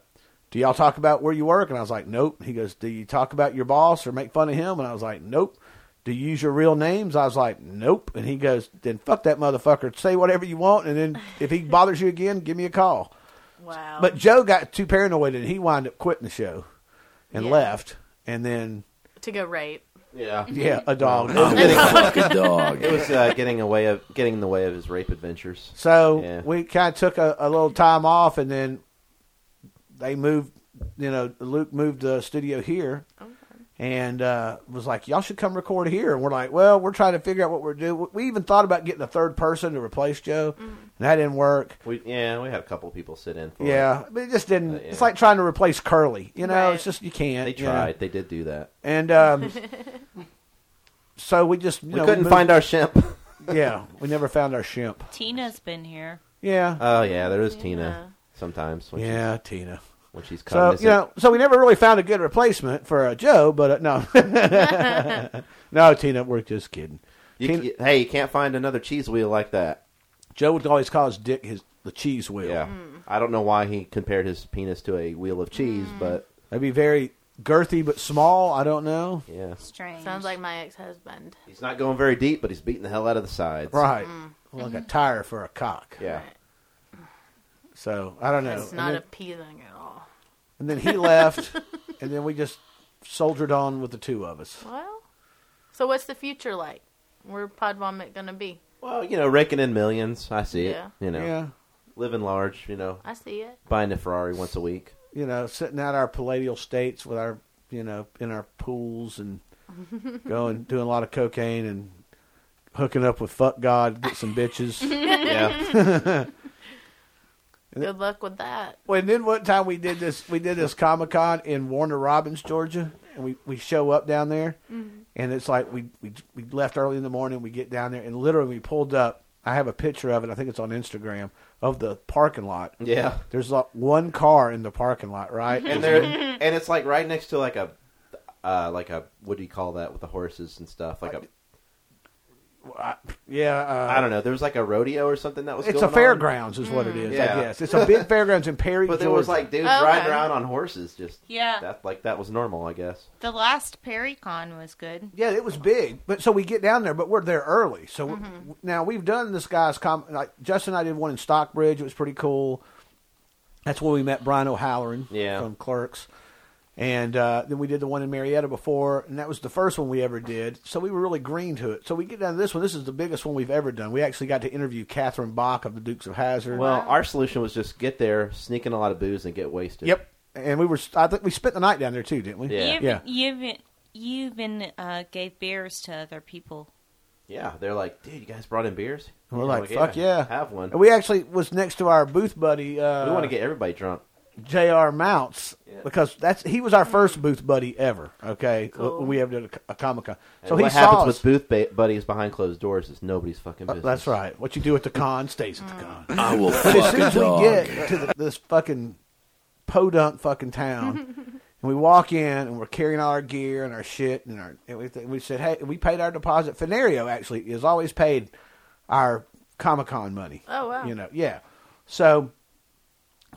F: "Do y'all talk about where you work?" And I was like, "Nope." He goes, "Do you talk about your boss or make fun of him?" And I was like, "Nope." Do you use your real names? I was like, "Nope." And he goes, "Then fuck that motherfucker. Say whatever you want, and then if he bothers you again, give me a call."
I: Wow.
F: But Joe got too paranoid, and he wound up quitting the show and
I: Yeah.
F: left. And then,
I: to go rape.
G: yeah.
F: yeah, a dog.
A: I will fuck a dog.
G: It was uh, getting away of getting in the way of his rape adventures.
F: So
G: Yeah.
F: we kind of took a, a little time off, and then they moved. You know, Luke moved the studio here, and uh, was like, "Y'all should come record here." And we're like, "Well, we're trying to figure out what we're doing." We even thought about getting a third person to replace Joe, and that didn't work.
G: We yeah, we had a couple people sit in for it.
F: Yeah, but it just didn't.
G: Uh, yeah.
F: It's like trying to replace Curly. You know,
I: Right.
F: it's just you can't.
G: They
F: you know.
G: tried. They did do that.
F: and um, so we just you
G: We
F: know,
G: couldn't
F: moved-
G: find our shimp.
F: yeah, we never found our shimp.
H: Tina's been here.
F: Yeah,
G: Oh yeah, there is Tina. Sometimes when she's
F: yeah, Tina.
G: when she's
F: So
G: cognizant.
F: you know, so we never really found a good replacement for uh, Joe, but uh, no, no, Tina, we're just kidding.
G: You
F: Tina,
G: c- hey, you can't find another cheese wheel like that.
F: Joe would always call his dick his the cheese wheel.
G: Yeah, Mm. I don't know why he compared his penis to a wheel of cheese, but
F: that'd be very girthy but small. I don't know.
G: yeah,
H: Strange.
I: Sounds like my ex husband.
G: he's not going very deep, but he's beating the hell out of the sides.
F: Right, like a tire for a cock.
G: Yeah.
F: So I don't know.
I: It's
F: And
I: not
F: then-
I: appealing at all.
F: and then he left, and then we just soldiered on with the two of us.
I: Well, so what's the future like? Where Pod Vomit gonna be?
G: Well, you know, raking in millions. I see it.
I: Yeah.
G: You know,
F: Yeah.
G: living large. You know,
I: I see it.
G: buying a Ferrari once a week.
F: You know, sitting out our palladial states with our, you know, in our pools and going, doing a lot of cocaine and hooking up with fuck God, get some bitches.
G: Yeah,
I: Good luck with that.
F: well, and then one time we did this, we did this Comic Con in Warner Robins, Georgia, and we, we show up down there,
G: Mm-hmm.
F: and it's like we, we we left early in the morning. We get down there, and literally we pulled up. I have a picture of it. I think it's on Instagram of the parking lot.
G: yeah.
F: There's like one car in the parking lot, right?
G: And there, and it's like right next to like a, uh, like a what do you call that with the horses and stuff? Like a,
F: yeah, uh,
G: I don't know. There was like a rodeo or something that was.
F: It's a
G: going on.
F: fairgrounds, is what it is.
G: Yeah.
F: I guess it's a big fairgrounds in Perry,
G: But there
F: Georgia.
G: was like dudes
I: Oh,
G: riding
I: okay.
G: around on horses, just
H: Yeah.
G: That like that was normal, I guess.
H: The last PerryCon was good.
F: yeah, it was big. But so we get down there, but we're there early. So w- now we've done this guy's com. Like Justin and I did one in Stockbridge. It was pretty cool. That's where we met Brian O'Halloran
G: Yeah.
F: from Clerks. And uh, then we did the one in Marietta before, and that was the first one we ever did. So we were really green to it. So we get down to this one. This is the biggest one we've ever done. We actually got to interview Catherine Bach of the Dukes of Hazard.
G: Well, our solution was just get there, sneak in a lot of booze, and get wasted.
F: yep. And we were. I think we spent the night down there too, didn't we?
G: Yeah.
H: You've,
F: Yeah.
H: You've, you've been uh, gave beers to other people.
G: Yeah, they're like, dude, you guys brought in beers?
F: And we're
G: I'm
F: like, fuck yeah.
G: have one.
F: And
G: We,
F: we actually was next to our booth buddy, uh,
G: want to get everybody drunk.
F: J.R. Mounts
G: Yeah.
F: because that's he was our first booth buddy ever. Okay, when we ever did a, Comic Con. So
G: And
F: he
G: what
F: saw
G: happens with
F: us.
G: booth ba- buddies behind closed doors is nobody's fucking
F: Uh,
G: business.
F: that's right. What you do at the con stays at the con.
A: I will
F: But as
A: fuck
F: soon
A: a
F: as we
A: dog.
F: get to the, this fucking podunk fucking town, and we walk in and we're carrying all our gear and our shit and our and we, th- we said, hey, we paid our deposit. Fenario actually is always paid our Comic Con money.
I: Oh, wow.
F: You know, yeah. So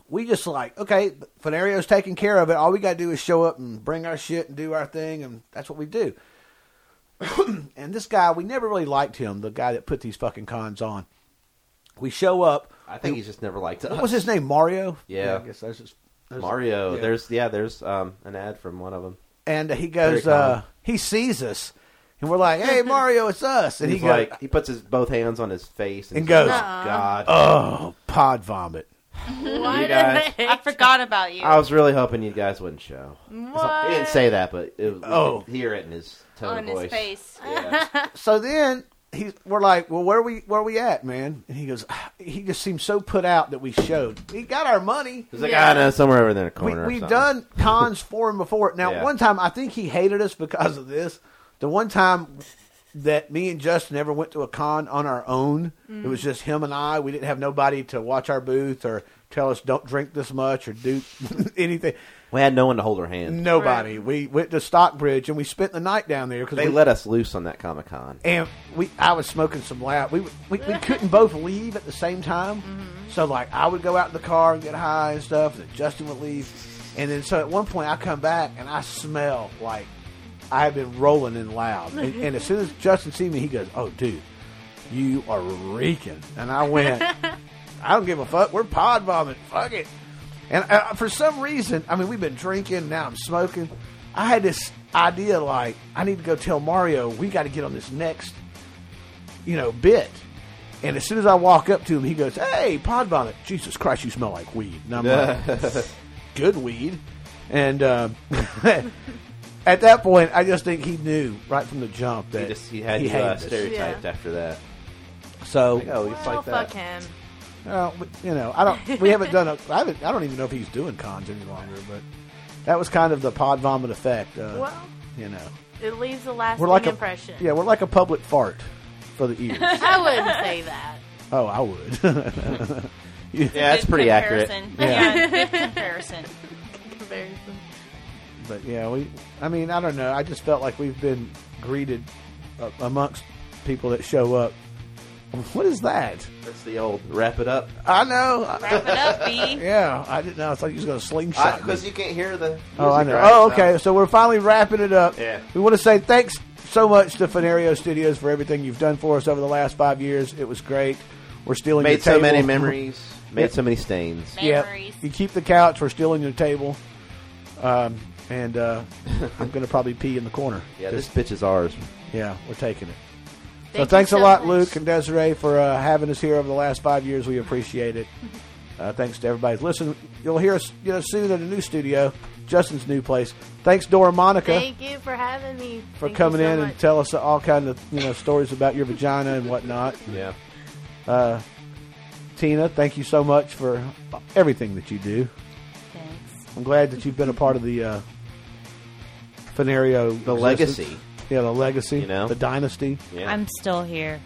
F: we just like okay, Fenario's taking care of it. All we got to do is show up and bring our shit and do our thing, and that's what we do. and this guy, we never really liked him, the guy that put these fucking cons on. We show up.
G: I think he's just never liked us.
F: What was his name? Mario.
G: Yeah.
F: I guess that's just that's-
G: Mario.
F: yeah.
G: There's yeah, there's um, an ad from one of them.
F: And he goes,
G: Very common.
F: uh, he sees us, and we're like, "Hey, Mario, it's us!" And
G: And he's
F: he
G: like,
F: goes,
G: he puts his both hands on his face and,
F: And
G: he's like,
F: goes,
G: "Oh, God,
F: "Oh, pod vomit."
I: Why
G: you guys.
I: did
H: I forgot about you.
G: I was really hoping you guys wouldn't show.
I: What?
G: He didn't say that, but it,
F: Oh.
G: oh, hear it in his tone
H: on
G: of voice.
H: his face.
G: Yeah.
F: so then he's we're like, well, where we where we at, man? And he goes, he just seemed so put out that we showed. We got our money.
G: He's like,
I: Yeah.
G: I know, somewhere over there in the
F: We,
G: corner. or
F: we've
G: something."
F: done cons for him before. Now,
G: Yeah.
F: one time I think he hated us because of this. The one time that me and Justin ever went to a con on our own, it was just him and I. We didn't have nobody to watch our booth or tell us don't drink this much or do anything.
G: We had no one to hold her hand.
F: Nobody. We went to Stockbridge and we spent the night down there because
G: They
F: we,
G: let us loose on that Comic Con.
F: and we I was smoking some loud. We we, we couldn't both leave at the same time, so like I would go out in the car and get high and stuff, and then Justin would leave, and then so at one point I come back and I smell like I had been rolling in loud, and, and as soon as Justin see me, he goes, "Oh, dude, you are reeking," and I went. I don't give a fuck. We're pod bombing. Fuck it. And uh, for some reason, I mean, we've been drinking. Now I'm smoking. I had this idea like I need to go tell Mario we got to get on this next, you know, bit. And as soon as I walk up to him, he goes, "Hey, pod vomit! Jesus Christ, you smell like weed." And I'm like, "Good weed." And um, at that point, I just think he knew right from the jump that
G: He just he had you,
F: hated
G: uh,
F: us.
G: stereotyped after that.
F: So
G: Like, oh, it's
I: well,
G: like that.
I: fuck him.
F: Uh, we- you know, I don't. We haven't done. A, I, haven't, I don't even know if he's doing cons any longer. But that was kind of the pod vomit effect. Uh,
I: Well,
F: you know,
I: it leaves a lasting
F: we're like
I: impression.
F: a yeah, we're like a public fart for the ears.
I: I wouldn't say that.
F: oh, I would.
G: Yeah, that's
H: Good
G: pretty accurate.
H: comparison.
F: Yeah.
H: Yeah, good comparison.
I: Comparison.
F: but yeah, we. I mean, I don't know. I just felt like we've been greeted uh, amongst people that show up. What is that?
G: That's the old wrap it up.
F: I know. I-
H: Wrap it up, B.
F: yeah, I didn't know. I thought you was going to slingshot me.
G: Because you can't hear the.
F: Oh, I
G: music
F: know.
G: right
F: Oh,
G: now.
F: okay. So we're finally wrapping it up.
G: Yeah.
F: We want to say thanks so much to Fenario Studios for everything you've done for us over the last five years. It was great. We're stealing your
G: Made so
F: table.
G: many memories. Made so many stains.
F: Yeah.
H: Memories.
F: You keep the couch. We're stealing your table. Um, and uh, I'm going to probably pee in the corner.
G: Yeah, this bitch is ours.
F: Yeah, we're taking it. So
I: Thank
F: thanks
I: you
F: a
I: so
F: lot,
I: much.
F: Luke and Desiree, for uh, having us here over the last five years. We appreciate it. Uh, thanks to everybody. Listen, you'll hear us you know, soon at a new studio, Justin's new place. Thanks, Dora Monica,
I: Thank you for having me.
F: for
I: Thank you
F: coming
I: so
F: in
I: much.
F: and tell us all kind of you know stories about your vagina and whatnot.
G: Yeah.
F: Tina, thank you so much for everything that you do.
H: Thanks.
F: I'm glad that you've been a part of the uh, Fenario,
G: The
F: existence.
G: legacy.
F: yeah, the legacy,
G: You know?
F: the dynasty.
G: Yeah.
H: I'm still here.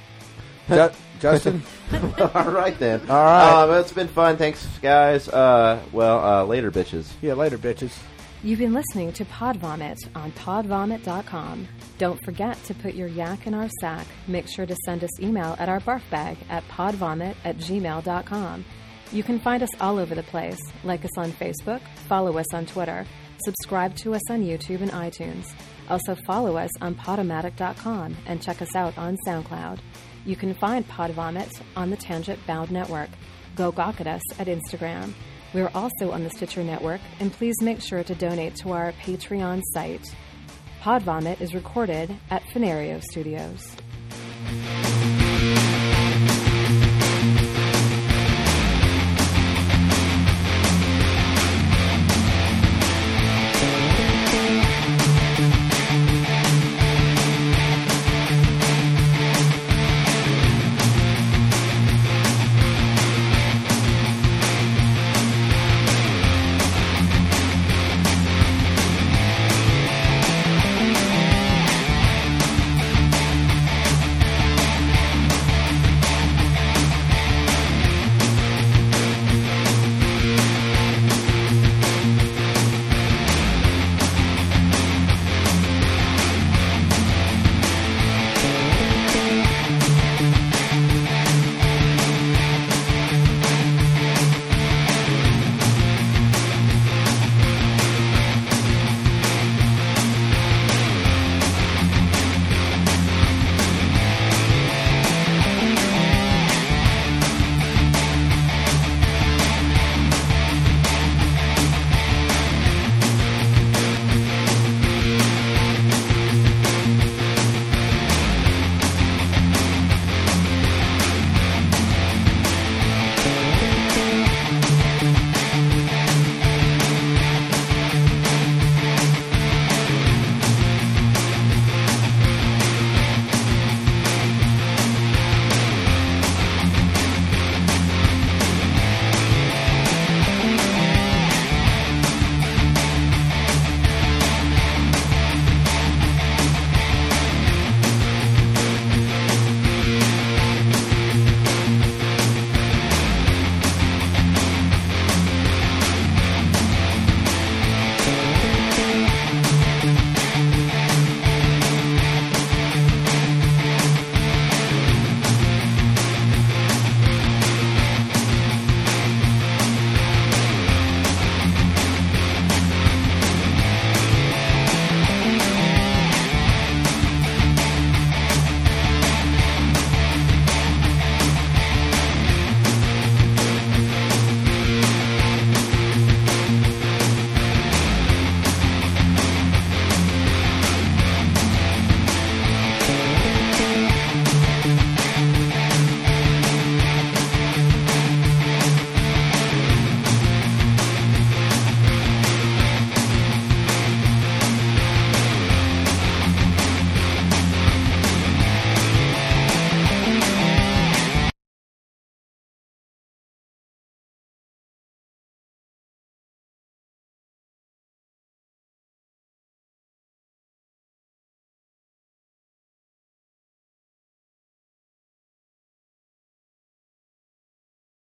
F: Ju- Justin,
G: All right then.
F: All right.
G: Um, it's been fun. Thanks, guys. Uh, well, uh, later, bitches.
F: yeah, later, bitches.
E: You've been listening to Pod Vomit on podvomit.com. Don't forget to put your yak in our sack. Make sure to send us email at our barf bag at podvomit at gmail.com. You can find us all over the place. Like us on Facebook, follow us on Twitter, subscribe to us on YouTube and iTunes. Also, follow us on podomatic.com and check us out on SoundCloud. You can find Pod Vomit on the Tangent Bound Network. Go gawk at us at Instagram. We're also on the Stitcher Network, and please make sure to donate to our Patreon site. Pod Vomit is recorded at Fenario Studios.